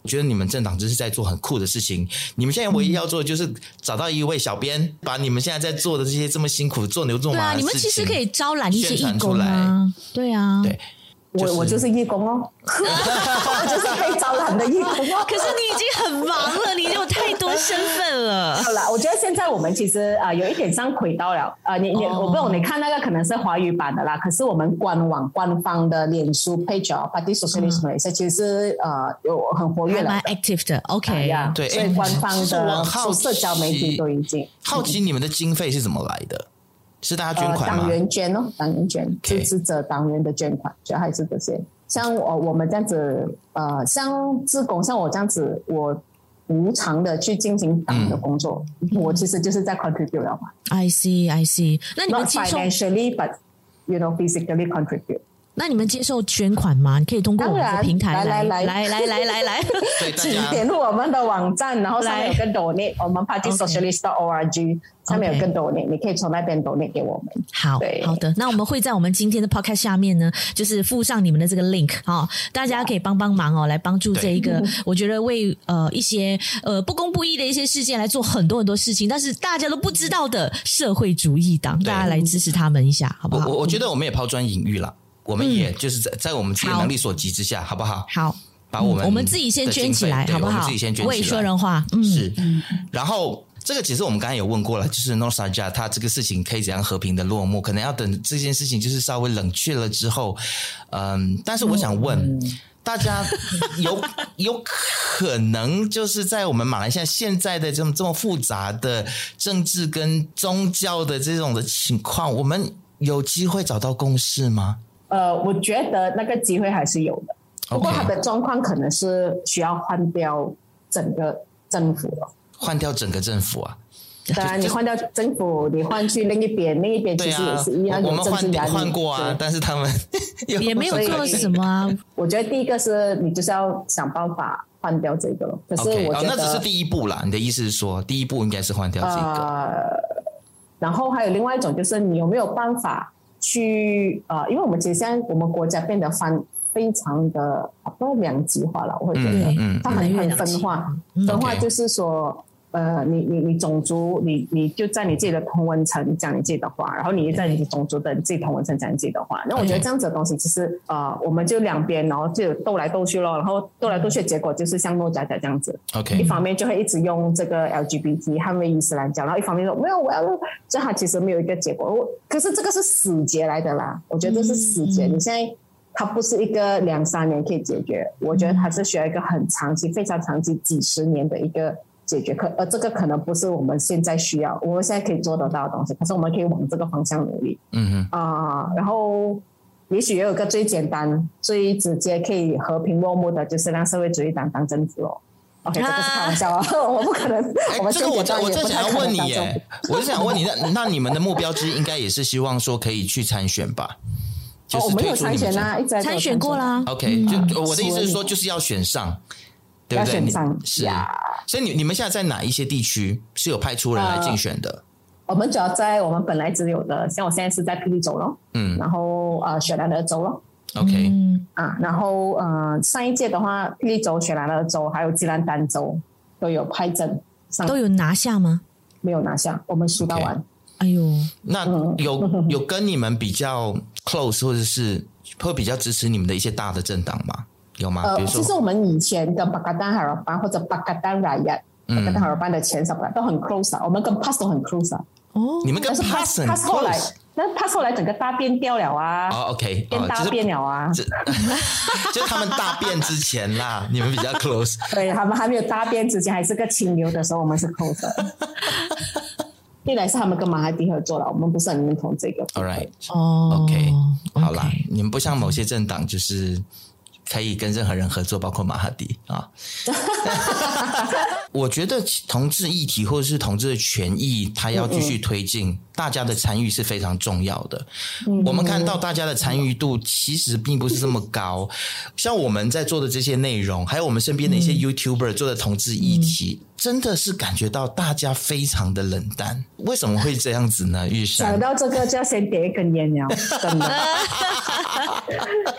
S2: 我觉得你们政党就是在做很酷的事情。你们现在唯一要做的就是找到一位小编，把你们现在在做的这些这么辛苦、做牛做
S3: 对
S2: 马
S3: 啊，
S2: 的
S3: 你
S2: 事情，
S3: 们其实可以招揽一些义
S2: 宣传出
S3: 工啊，对啊，
S2: 对。
S5: 我我就是义工哦， 我就是被招揽的义工哦。
S3: 可是你已经很忙了，你有太多身份了。
S5: 好了，我觉得现在我们其实啊、呃有一点上轨道了啊、呃你你、
S3: 哦
S5: 我不懂，你看那个可能是华语版的啦，可是我们官网官方的脸书 page 啊，Party Socialist
S2: 嗯
S5: Malaysia、其实呃有很活跃
S3: 还
S5: 了
S3: 蛮 active 的
S5: 哎
S3: ，OK，
S5: 呀，
S2: 对
S5: 所
S2: 哎
S5: 以官方
S2: 其实我
S5: 的
S2: 好奇
S5: 社交媒体都已经
S2: 好奇你们的经费是怎么来的？是大家捐
S5: 呃
S2: 款吗
S5: 党？员捐哦，党员捐
S2: OK
S5: 支持者党员的捐款，主要还是这些。像我我们这样子，呃，像自工像我这样子，我无偿的去进行党的工作，
S2: 嗯
S5: 我其实就是在 contribute 了嘛。
S3: I see, I see。那你们
S5: Not
S3: 接受
S5: financially, but you know physically contribute.
S3: 那你们接受捐款吗？你可以通过我们
S5: 当
S3: 的
S5: 然
S3: 平台
S5: 来来
S3: 来来
S5: 来
S3: 来来来来
S2: 所以大
S5: 请
S2: 家
S5: 点入我们的网站，然后上面有
S3: 来
S5: 个 donate，我们 party
S3: OK
S5: socialist org 上面有个 donate，你可以从那边 donate 给我们。
S3: 好
S5: 对
S3: 好的，那我们会在我们今天的 podcast 下面呢，就是附上你们的这个 link 哦，大家可以帮帮忙哦，来帮助这一个， 我觉得为呃一些呃不公不义的一些事件来做很多很多事情，但是大家都不知道的社会主义党，大家来支持他们一下，好不
S2: 我
S3: 好？嗯
S2: 我我觉得我们也抛砖引玉了，我们也就是在在我们自己的能力所及之下，好不好？
S3: 好，嗯
S2: 把我们
S3: 我们自己先
S2: 的
S3: 捐
S2: 经
S3: 起
S2: 费
S3: 来，
S2: 对
S3: 好不
S2: 我
S3: 好？
S2: 们自己先捐
S3: 为
S2: 起
S3: 说
S2: 来。
S3: 人话，嗯，
S2: 是，然后这个其实我们刚才有问过了，就是 n o s a j a 他这个事情可以怎样和平的落幕，可能要等这件事情就是稍微冷却了之后，嗯，但是我想问。
S5: 嗯
S2: 大家 有有可能就是在我们马来西亚现在的这么这么复杂的政治跟宗教的这种的情况，我们有机会找到共识吗？
S5: 呃，我觉得那个机会还是有的，不过
S2: OK
S5: 他的状况可能是需要换掉整个政府了。
S2: 换掉整个政府啊？
S5: 当然，
S2: 就
S5: 你换掉政府，你换去另一边，另一边
S2: 对
S5: 其实也
S2: 啊
S5: 是一，样
S2: 我我
S5: 有
S2: 们
S5: 政治
S2: 换
S5: 压力。
S2: 换过啊，
S5: 对
S2: 但是他们
S3: 也没有做什么啊，
S5: 我觉得第一个是你就是要想办法换掉这个了。可是
S2: OK，
S5: 我
S2: 哦
S5: 觉
S2: 那只是
S5: 得，
S2: 第一步啦。你的意思是说，第一步应该是换掉这个？
S5: 呃，然后还有另外一种就是你有没有办法去呃，因为我们其实现在我们国家变得翻非常的不要两极化了，我会觉得。
S2: 嗯
S3: 对
S2: 嗯
S5: 它
S3: 越来
S5: 很
S3: 越
S5: 很
S3: 两极
S5: 分化，
S3: 嗯
S5: 分化
S2: OK
S5: 就是说，呃，你你你种族，你你就在你自己的同文层讲你自己的话，然后你就在你的种族的自己同文层讲你自己的话。那我觉得这样子的东西，其实呃，我们就两边，然后就斗来斗去咯，然后斗来斗去，的结果就是像诺贾贾这样子，一
S2: ，OK，
S5: 方面就会一直用这个 LGBT 捍卫伊斯兰教，然后一方面说没有我要，这它其实没有一个结果。我可是这个是死结来的啦，我觉得这是死结。你现在它不是一个两三年可以解决，我觉得它是需要一个很长期、非常长期、几十年的一个解决。可呃而这个可能不是我们现在需要，我们现在可以做得到的东西，可是我们可以往这个方向努力
S2: 嗯哼，
S5: 啊、然后。也许也有个最简单、最直接可以和平落幕的，就是让社会主义党当政府哦。OK，这个是开玩笑啊， 我不可能。我
S2: 哎，
S5: 们
S2: 这个我
S5: 这
S2: 正我正想要问你耶，我就想问你，那那你们的目标之一应该也是希望说可以去参选吧？就
S5: 哦，我
S2: 是
S5: 们
S2: 退
S5: 有
S2: 出你
S5: 参
S2: 们
S5: 选
S2: 政
S5: 啊，一直在做
S3: 参选过啦，
S2: OK，就我的意思是说，
S5: 所以
S2: 就是要选上，对
S5: 要
S2: 不对？
S5: 选上
S2: 你是
S5: 呀。
S2: 所以你你们现在在哪一些地区是有派出人来
S5: 啊
S2: 竞选的？
S5: 我们主要在我们本来只有的，像我现在是在霹雳州咯，
S2: 嗯
S5: 然后呃雪兰莪州咯，
S2: OK，、
S3: 嗯
S5: 啊，然后呃，上一届的话，霹雳州、雪兰莪州还有吉兰丹州都有派阵上，
S3: 都有拿下吗？
S5: 没有拿下，我们输到
S2: OK
S5: 完。
S3: 哎呦，
S2: 那
S5: 嗯
S2: 有有跟你们比较 close 或者是会比较支持你们的一些大的政党吗？有吗？
S5: 呃，
S2: 啊比如
S5: 其实
S2: 说，
S5: 我们以前跟巴格丹哈尔班或者巴格丹拉亚、巴格丹
S2: 嗯，
S5: 哈尔班的前什么都很 close 啊，我们跟 Pass 都很 close 啊，
S3: 哦，
S2: 你们跟
S5: 但是
S2: Pass
S5: Pass
S2: 很
S5: Pass 后来
S2: close，
S5: 那 Pass 后来整个大变掉了啊，
S2: 哦，OK，
S5: 变
S2: 哦，
S5: 大
S2: 就
S5: 变
S2: 是
S5: 了啊，
S2: 就他们大变之前啦，你们比较 close。
S5: 对他们还没有大变之前还是个清流的时候，我们是 close 的。一来是他们跟马哈迪合作了，我们不是很认同这个。
S2: All right，
S3: 哦
S2: OK，好啦
S3: OK
S2: 你们不像某些政党，就是可以跟任何人合作，包括马哈迪啊。我觉得同志议题或者是同志的权益，它要继续推进，大家的参与是非常重要的。我们看到大家的参与度其实并不是这么高，像我们在做的这些内容，还有我们身边的一些 YouTuber 做的同志议题，真的是感觉到大家非常的冷淡。为什么会这样子呢？玉山
S5: 想，到这个就要先点一根烟 了，真的。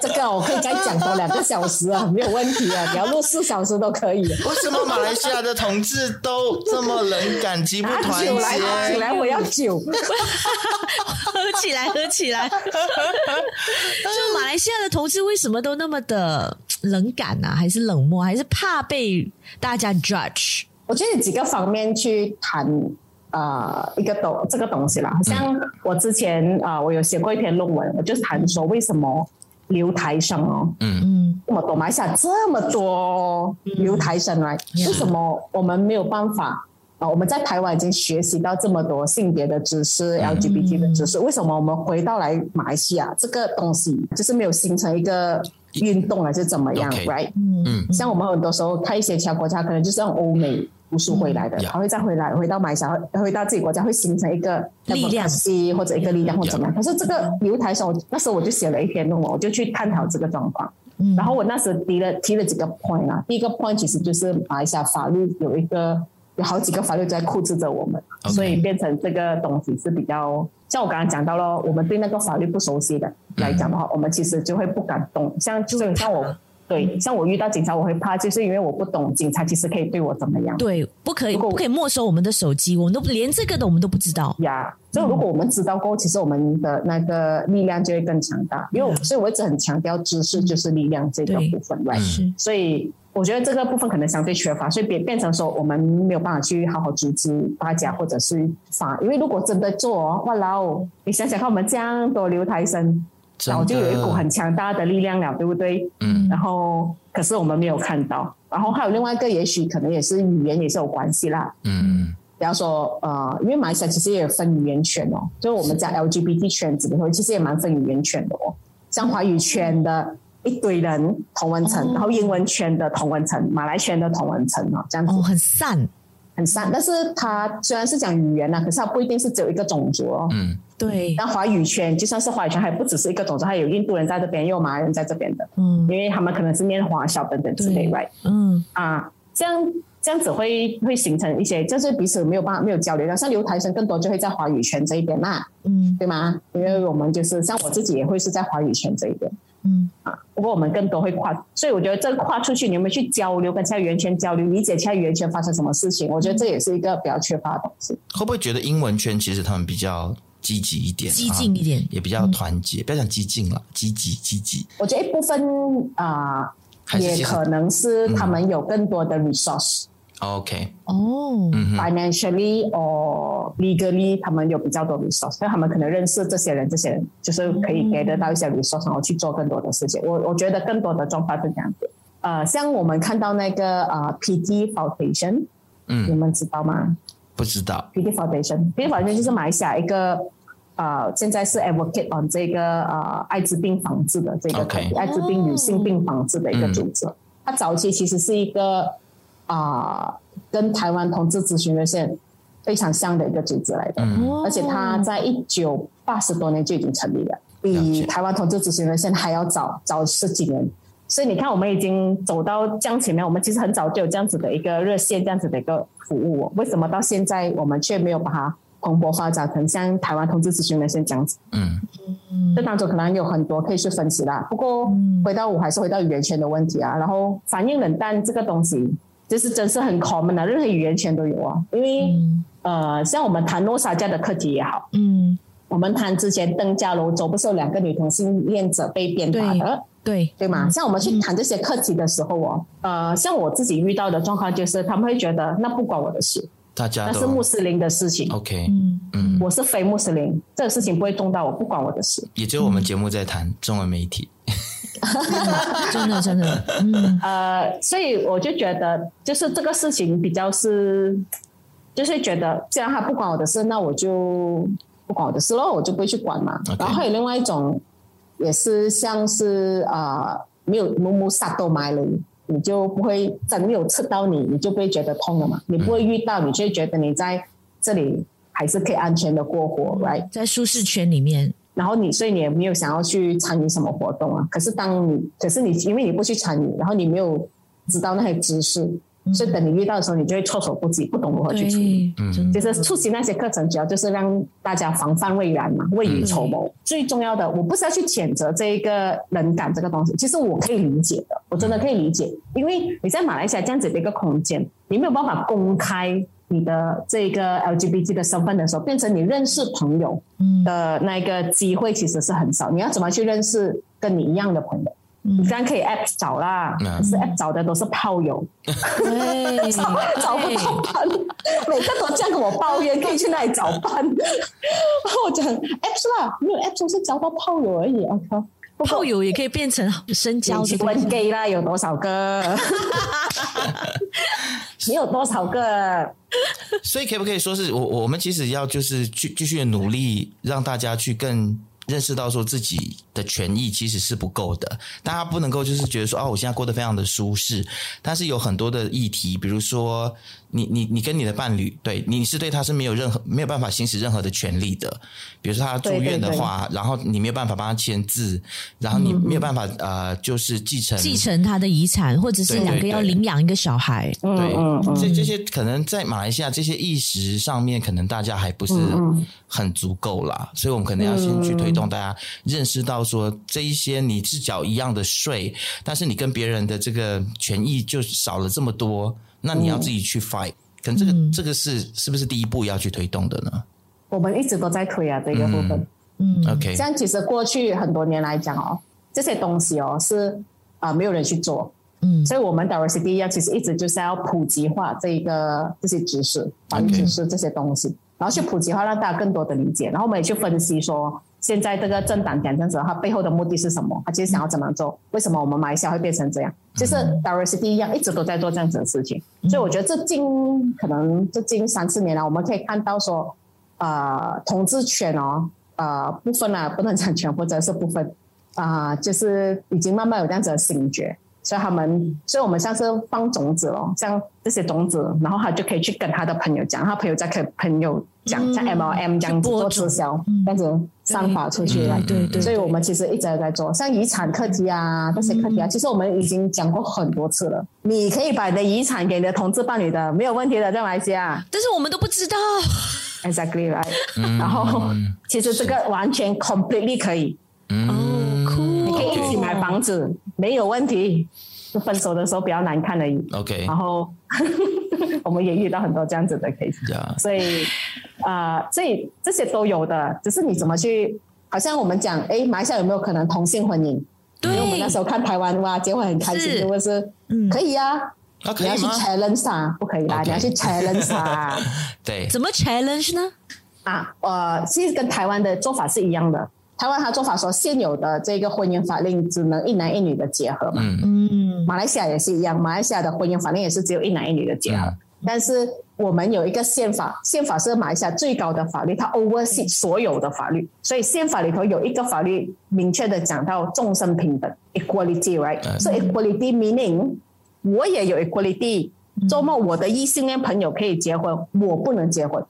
S5: 这个我可以再讲多两个小时啊，没有问题啊，你要录四小时都可以。啊
S2: 为什么马来西亚的同志都这么冷感，极不
S5: 拿
S2: 团
S5: 酒来，拿酒
S2: 结？嗯
S5: 来，我要酒。
S3: 喝起来，喝起来。就马来西亚的同志为什么都那么的冷感啊，还是冷漠，还是怕被大家 judge？
S5: 我觉得有几个方面去谈呃一个东这个东西啦，好像我之前啊、呃我有写过一篇论文，我就是谈说为什么留台生哦，
S3: 嗯，
S5: 我懂马来西亚这么多留台生来，
S3: 嗯 Yeah
S5: 为什么我们没有办法？啊，我们在台湾已经学习到这么多性别的知识、LGBT
S3: 嗯
S5: 的知识，为什么我们回到来马来西亚这个东西就是没有形成一个运动来是怎么样
S2: Okay
S5: ，right？
S2: 嗯
S5: 像我们很多时候看一些其他国家，可能就是用欧美读书回来的，
S2: Yeah
S5: 他会再回来回到马来西亚，回到自己国家，会形成一个
S3: 力量
S5: democracy 或者一个力量或者怎么样。可是这个留台上，我那时候我就写了一篇论文，我就去探讨这个状况。
S3: 嗯
S5: 然后我那时提了提了几个 point 啊，第一个 point 其实就是马来西亚法律有一个有好几个法律在控制着我们
S2: OK
S5: 所以变成这个东西是比较像我刚刚讲到了，我们对那个法律不熟悉的来讲的话，我们其实就会不敢动。像就是像我对像我遇到警察，我会怕，就是因为我不懂警察其实可以对我怎么样。
S3: 对，不可以，
S5: 如果
S3: 不可以没收我们的手机，我们都不连这个都我们都不知道。
S5: 呀，就如果我们知道过后，其实我们的那个力量就会更强大。因为我所以我一直很强调知识就是力量这个
S3: 对
S5: 部分，right？
S3: 是
S5: 所以我觉得这个部分可能相对缺乏，所以变变成说我们没有办法去好好组织大家或者是发，因为如果真的做、哦，哇啦哦，你想想看，我们这样多留台生，
S2: 真
S5: 早就有一股
S2: 的，
S5: 很强大的力量了，对不对？
S2: 嗯
S5: 然后可是我们没有看到，然后还有另外一个，也许可能也是语言也是有关系啦，
S2: 嗯
S5: 比方说，呃，因为马来西亚其实也有分语言圈哦，就是我们讲 LGBT 圈子里头，其实也蛮分语言圈的哦。像华语圈的一堆人同文层，然后英文圈的同文层，马来圈的同文层哦，这样子
S3: 哦，很散，
S5: 很散。但是它虽然是讲语言呐、可是它不一定是只有一个种族哦。
S2: 嗯
S3: 对，
S5: 那华语圈就算是华语圈，还不只是一个种族，还有印度人在这边，也有马来人在这边的，
S3: 嗯
S5: 因为他们可能是念华小等等之类
S3: 对
S5: ，right？
S3: 嗯
S5: 啊，这样这样子会会形成一些，就是彼此没有办法没有交流的。像留台生更多就会在华语圈这一边啦，
S3: 嗯
S5: 对吗？因为我们就是像我自己也会是在华语圈这一边，啊
S3: 嗯，
S5: 不过我们更多会跨，所以我觉得这跨出去，你有没有去交流，跟其他语言圈交流，理解其他语言圈发生什么事情？我
S2: 嗯
S5: 觉得这也是一个比较缺乏的东西。
S2: 会不会觉得英文圈其实他们比较积极一点，
S3: 激进一点
S2: 啊也比较团结，不要讲激进了，积极积极，
S5: 我觉得一部分啊、
S2: 还是其
S5: 也
S2: 实嗯
S5: 可能是他们有更多的 resource、
S2: OK，
S3: 哦，
S2: 嗯哼，
S5: financially or legally，他们有比较多 resource，所以他们可能认识这些人，这些人就是可以给得到一些 resource，然后去做更多的事情。我我觉得更多的状况是这样子。呃，像我们看到那个呃 PT Foundation，你
S2: 嗯，
S5: 们知道吗
S2: 不知道，
S5: ？PT Foundation，PT Foundation 就是马来西亚一个呃，现在是 advocate on 这个呃艾滋病防治的这个
S2: OK 嗯
S5: 艾滋病女性病防治的一个组织。它早期其实是一个啊、跟台湾同志咨询热线非常像的一个组织来的，
S2: 嗯
S3: 哦
S5: 而且它在一九八十多年就已经成立了，
S2: 了解
S5: 比台湾同志咨询热线还要早早十几年。所以你看，我们已经走到这样前面，我们其实很早就有这样子的一个热线，这样子的一个服务、哦。为什么到现在我们却没有把它蓬勃发展成像台湾同志咨询人先这样子。
S2: 嗯，
S5: 这当中可能有很多可以去分析啦。不过回到我还是回到语言圈的问题啊，然后反应冷淡这个东西，就是真是很 common 啊，任何语言圈都有啊。因为、
S2: 嗯
S5: 呃，像我们谈诺沙家的课题也好，
S3: 嗯，
S5: 我们谈之前邓家楼州不是有两个女同性恋者被鞭打的？
S3: 对，嗯
S5: 对吗？像我们去谈这些课题的时候哦，呃，像我自己遇到的状况就是，他们会觉得那不关我的事，
S2: 大家
S5: 那
S2: 都
S5: 是穆斯林的事情，
S2: OK，
S3: 啊嗯
S2: 嗯，
S5: 我是非穆斯林，这个事情不会动到我，不关我的事。
S2: 也只有我们节目在谈中文媒体。
S3: 真的真的， 嗯
S5: 呃，所以我就觉得，就是这个事情比较是，就是觉得既然他不管我的事，那我就不管我的事咯，我就不会去管嘛。
S2: OK
S5: 然后还有另外一种，也是像是啊、呃，没有木木杀都埋了。你就不会真的没有刺到你，你就不会觉得痛了嘛？你不会遇到，你就会觉得你在这里还是可以安全的过活，right？
S3: 在舒适圈里面，
S5: 然后你，所以你也没有想要去参与什么活动啊。可是当你，可是你因为你不去参与，然后你没有知道那些知识，所以等你遇到的时候，你就会措手不及，不懂如何去处理。
S3: 对，真
S5: 其
S3: 的，
S5: 实出席那些课程，主要就是让大家防范未然嘛，未雨绸缪。最重要的，我不是要去谴责这一个冷感这个东西，其实我可以理解的，我真的可以理解，因为你在马来西亚这样子的一个空间，你没有办法公开你的这个 LGBT 的身份的时候，变成你认识朋友的那个机会其实是很少。你要怎么去认识跟你一样的朋友？你当然可以 app 找啦，
S2: 嗯
S5: 可是 app 找的都是炮友，
S3: 对，
S5: 找 不到伴，每个都这样跟我抱怨，可以去那里找伴。然后我讲 apps 啦，没有 apps 我是找到炮友而已。我靠，不过
S3: 炮友也可以变成深交
S5: 你
S3: 的
S5: 去
S3: 东
S5: 问
S3: 西，
S5: gay 啦，有多少个？你有多少个？
S2: 所以可不可以说是我我们其实要就是去继续努力，让大家去更认识到说自己的权益其实是不够的，大家不能够就是觉得说啊，我现在过得非常的舒适，但是有很多的议题，比如说你你你跟你的伴侣，对你是对他是没有任何没有办法行使任何的权利的，比如说他住院的话，然后你没有办法帮他签字，然后你没有办法、呃就是继承
S3: 继承他的遗产，或者是
S2: 对对
S3: 两个要
S2: 对
S3: 领养一个小孩，
S2: 对，
S5: 嗯嗯
S2: 这这些可能在马来西亚这些意识上面，可能大家还不是
S5: 嗯
S2: 很足够啦，所以我们可能要先去推动大家认识到说，这一些你是缴一样的税，但是你跟别人的这个权益就少了这么多，那
S5: 嗯
S2: 你要自己去 fight。可能这个、这个是是不是第一步要去推动的呢、
S5: 我们一直都在推啊这个部分。
S2: o k
S5: 像其实过去很多年来讲哦，这些东西哦是啊、呃没有人去做，
S3: 嗯
S5: 所以我们 diversity 要其实一直就是要普及化这一个这些知识、法律知识这些东西然后去普及化，让大家更多的理解，然后我们也去分析说。现在这个政党讲政治，它背后的目的是什么？它其实想要怎么做？为什么我们马来西亚会变成这样？就是 diversity 一样，一直都在做这样子的事情。所以我觉得这近可能这近三四年来，我们可以看到说，呃，统治权哦，呃，部分啊，不能讲全部，只是部分啊、就是已经慢慢有这样子的醒觉，所以他们，所以我们像是放种子咯，像这些种子，然后他就可以去跟他的朋友讲，他朋友再跟朋友讲，
S3: 嗯
S5: 像 MLM 这样子
S3: 去
S5: 做
S3: 播种嗯
S5: 直销，这样子散发出去了。
S2: 嗯
S3: 对嗯对对，嗯
S5: 所以我们其实一直在做，像遗产课题啊，这些课题啊，其实我们已经讲过很多次了。你可以把你的遗产给你的同志伴侣的，没有问题的，在马来西亚。
S3: 但是我们都不知道，
S5: Exactly right、然
S2: 嗯
S5: 后其实这个完全 completely 可以，
S2: 嗯
S3: 哦，酷，
S5: 你可以一起买房子，没有问题。就分手的时候比较难看而已。
S2: OK，
S5: 然后 我们也遇到很多这样子的 case，
S2: 这样
S5: 所以啊，所以这些都有的，只是你怎么去。好像我们讲，哎，马来西亚有没有可能同性婚姻？因为我们那时
S3: 对，
S5: 候看台湾哇，结婚很开
S3: 是
S5: 心，是不是？
S3: 嗯
S5: 可以啊，
S2: 啊，可
S5: 你要
S2: 以
S5: 去
S2: 吗？
S5: challenge 他，不可以啦
S2: OK
S5: 你要去 challenge 他。
S2: 对，
S3: 怎么 challenge 呢？
S5: 啊，呃，其实跟台湾的做法是一样的。台湾它做法说，现有的这个婚姻法令只能一男一女的结合嘛。
S2: 嗯
S3: 嗯
S5: 马来西亚也是一样，马来西亚的婚姻法令也是只有一男一女的结合。
S2: 嗯
S5: 但是我们有一个宪法，宪法是马来西亚最高的法律，它
S2: 嗯
S5: oversee 所有的法律，所以宪法里头有一个法律明确的讲到众生平等 （equality），right？
S2: 嗯
S5: 所以 equality meaning 我也有 equality，周
S2: 嗯
S5: 末我的异性恋朋友可以结婚，我不能结婚。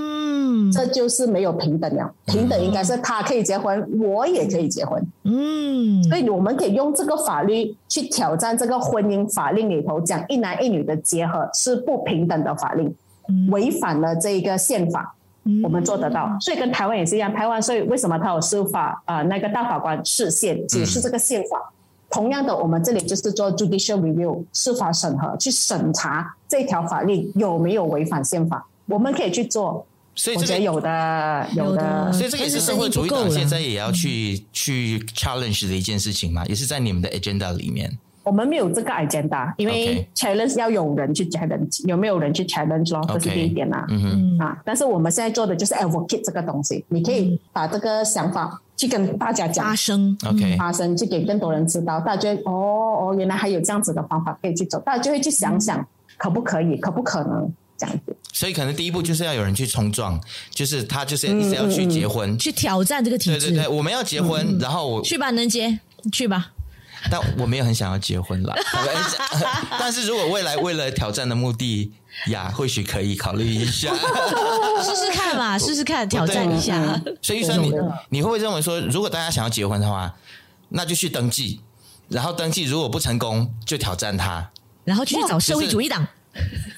S3: 嗯
S5: 这就是没有平等了。平等应该是他可以结婚，我也可以结婚，
S3: 嗯，
S5: 所以我们可以用这个法律去挑战这个婚姻法令里头讲一男一女的结合是不平等的法令，违反了这一个宪法。
S3: 嗯
S5: 我们做得到。所以跟台湾也是一样，台湾所以为什么他有司法啊、呃那个大法官释宪，解释这个宪法。同样的，我们这里就是做 judicial review 司法审核，去审查这条法律有没有违反宪法，我们可以去做。
S2: 所以
S5: 我
S2: 这
S5: 觉得
S2: 个
S5: 有的，
S3: 有
S5: 有
S3: 的
S5: 的，
S2: 所以这个也嗯是社会主义党现在也要去去 challenge 的一件事情嘛，也是在你们的 agenda 里面。
S5: 我们没有这个 agenda，因为 challenge 要有人去 challenge，有没有人去 challenge 咯，这是
S2: OK
S5: 第一点啦、啊。
S2: 嗯哼，
S3: 嗯
S5: 啊，但是我们现在做的就是 advocate 这个东西，你可以把这个想法去跟大家讲
S3: 发，声
S2: OK
S5: 发声，去给更多人知道，大家就会哦哦，原来还有这样子的方法可以去走，大家就会去想想
S3: 嗯
S5: 可不可以，可不可能这样子。
S2: 所以可能第一步就是要有人去冲撞，就是他就是一直要去结婚。
S3: 去挑战这个体
S2: 对对
S3: 制，
S2: 对，我们要结婚，然后我
S3: 去吧，能杰，去吧。
S2: 但我没有很想要结 婚啦。但是如果未来为了挑战的目的呀，或许可以考虑一 下。
S3: 试试 看嘛，试试看，挑战一下。
S2: 所以玉生，你你会不会认为说，如果大家想要结婚的话，那就去登记，然后登记如果不成功，就挑战他。
S3: 然后去找社会主义党，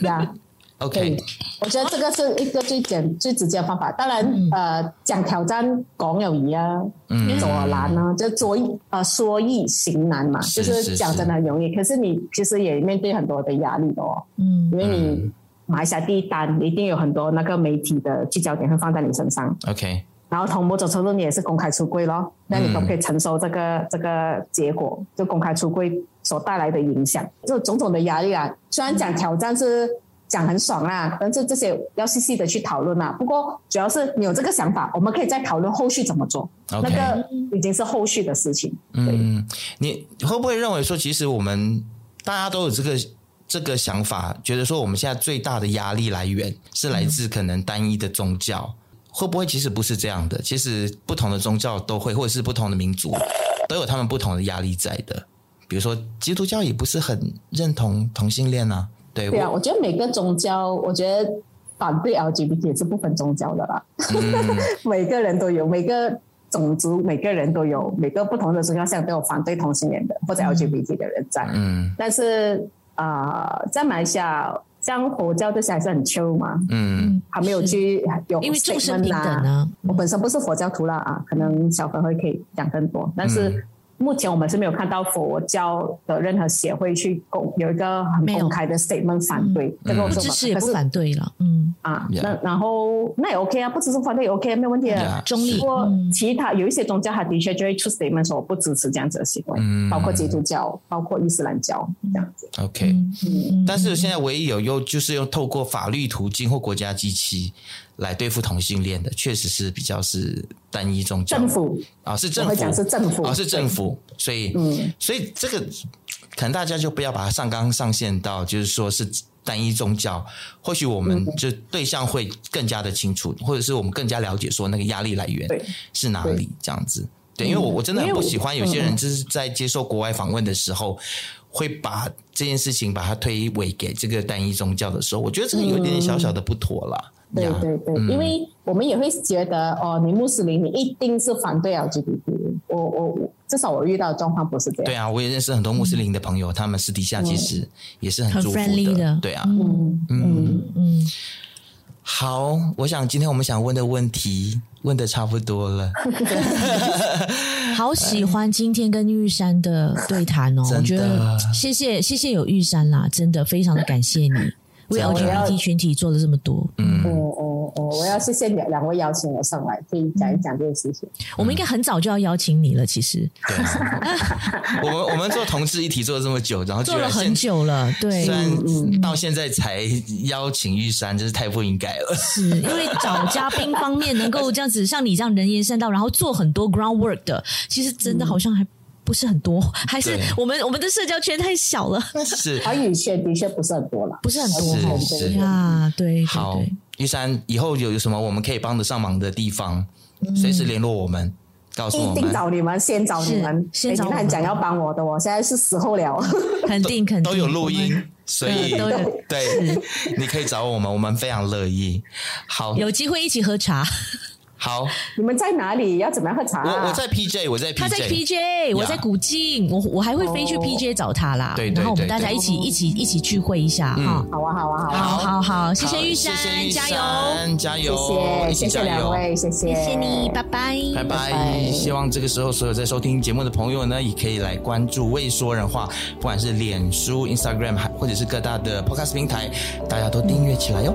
S5: 呀，可
S2: OK，
S5: 以，我觉得这个是一个最简最直接的方法。当然，
S3: 嗯
S5: 呃，讲挑战讲友谊啊，
S2: 嗯
S5: 左难呢，就左一呃说易行难嘛，
S2: 是
S5: 就是是讲真的很容易，可是你其实也面对很多的压力的哦，
S3: 嗯
S5: 因为你马来西亚第一单，一定有很多那个媒体的聚焦点会放在你身上，
S2: OK，
S5: 然后从某种程度你也是公开出柜咯，那你可不可以承受这个、这个结果？就公开出柜所带来的影响，就种种的压力啊。虽然讲挑战是讲很爽啦，但是这些要细细的去讨论啊啦。不过主要是你有这个想法，我们可以再讨论后续怎么做。
S2: OK
S5: 那个已经是后续的事情。
S2: 嗯，你会不会认为说，其实我们大家都有这个这个想法，觉得说我们现在最大的压力来源是来自可能单一的宗教？会不会其实不是这样的？其实不同的宗教都会，或者是不同的民族都有他们不同的压力在的。比如说基督教也不是很认同同性恋啊，对，
S5: 对啊，
S2: 我
S5: 我觉得每个宗教，我觉得反对 LGBT 也是不分宗教的啦。 每个人都有，每个种族、每个人都有，每个不同的宗教上都有反对同性恋的或者 LGBT 的人在。
S2: 嗯
S5: 但是啊、呃在马来西亚，像佛教这些还是很 chill 嘛，
S2: 嗯
S5: 还没有去有
S3: 因为众生
S5: statement
S3: 平等
S5: 啊
S3: 啊。
S5: 我本身不是佛教徒啦啊，可能小朋会可以讲更多，但
S3: 嗯
S5: 是目前我们是没有看到佛教的任何协会去公有一个很
S3: 没有
S5: 公开的 statement 反对，这个我
S3: 不
S5: 是
S3: 支持也
S5: 可
S3: 不
S5: 是
S3: 反对了，嗯，
S5: 啊
S2: Yeah.，
S5: 那然后那也 OK 啊，不支持反对也 OK，没有问题的
S2: Yeah.。
S3: 中立嗯
S5: 不，过其他有一些宗教，他的确就会出 statement 说我不支持这样子的行为，
S2: 嗯
S5: 包括基督教，包括伊斯兰教这样子。
S2: ，OK。但
S5: 嗯
S2: 是现在唯一有用就是用透过法律途径或国家机器来对付同性恋的，确实是比较是单一宗教
S5: 政府
S2: 啊，是
S5: 我
S2: 政府
S5: 会讲是政府
S3: 哦
S2: 啊，是政府，所以、
S5: 嗯
S2: 所以这个可能大家就不要把它上纲上线到就是说是单一宗教，或许我
S5: 嗯
S2: 们就对象会更加的清楚，或者是我们更加了解说那个压力来源
S5: 对嗯
S2: 是哪里这样子。对，因为我我真的很
S5: 因为
S2: 不
S5: 我嗯
S2: 喜欢有些人就是在接受国外访问的时候，会把这件事情把它推诿给这个单一宗教的时候，我觉得这个有一点点小小的不妥啦。
S5: 嗯对
S2: 呀
S5: 对对，因为我们也会觉得哦，你穆斯林你一定是反对 LGBT。我我我至少我遇到的状况不是这
S2: 对
S5: 样。
S2: 啊，我也认识很多穆斯林的朋友，他们私底下其实也是
S3: 很
S2: 祝福
S3: friendly 的
S2: 对啊，
S5: 嗯嗯，
S3: 嗯，
S2: 好，我想今天我们想问的问题问的差不多了，
S3: 好喜欢今天跟玉山的对谈哦，我觉得
S2: 真的
S3: 谢谢谢谢有玉山啦，真的非常的 感谢你为
S2: 真的
S3: LGBT 群体做了这么多，
S5: 嗯嗯嗯，我要谢谢两两位邀请我上来，可以讲一讲这个事情。
S3: 我们应该很早就要邀请你了，其实
S2: 对啊， 我们我们做同志一体做了这么久，然后居
S3: 做
S2: 然
S3: 了
S2: 现
S3: 很，久了，对嗯
S2: 虽，然到现在才邀请玉山，真是太不应该 了。
S3: 是因为找嘉宾方面能够这样子像你这样人言善道，然后做很多 groundwork 的，其实真的好像还不是很多， 还是
S2: 对
S3: 我们我们的社交圈太小了，
S2: 是
S5: 华语圈的确不是很多了，
S3: 不是很多
S5: 华
S3: 哈
S5: 语
S2: 是
S5: 圈
S2: 是
S5: 对
S3: 呀，对对
S2: 好
S3: 对。，
S2: 玉山以后有有什么我们可以帮得上忙的地方，
S3: 嗯
S2: 随时联络我们，告诉我
S5: 一定
S2: 们。
S5: 找你们，先找你们。哎
S3: 是先找我
S5: 你
S3: 们
S5: 们讲要帮我的哦，现在是时候了。
S3: 肯定肯定
S2: 都有录
S3: 我
S2: 音
S3: 们，嗯
S2: 所以
S3: 对都有
S2: 对，你可以找我们，我们非常乐意。好，
S3: 有机会一起喝茶。
S2: 好，
S5: 你们在哪里？要怎么样喝茶、啊？
S2: 我我在 PJ，我在 PJ，
S3: 他在 PJ，我在古晋，我我还会飞去 PJ 找他啦。
S2: 哦对对
S3: 然后我们
S2: 对
S3: 大家
S2: 对嗯
S3: 一起一起一起聚会一下哈。
S5: 好啊，好啊，好啊，
S3: 好好好，谢谢
S2: 好
S3: 玉山
S2: 谢谢，玉
S3: 加油！
S2: 山，加油，哦一
S5: 谢
S2: 起
S5: 谢，谢谢
S2: 加油
S5: 两位，谢谢，
S3: 谢谢你，拜拜。
S2: 拜拜！希望这个时候所有在收听节目的朋友呢，也可以来关注未说人话，不管是脸书、Instagram，还或者是各大的 Podcast 平台，大家都订阅起来哟。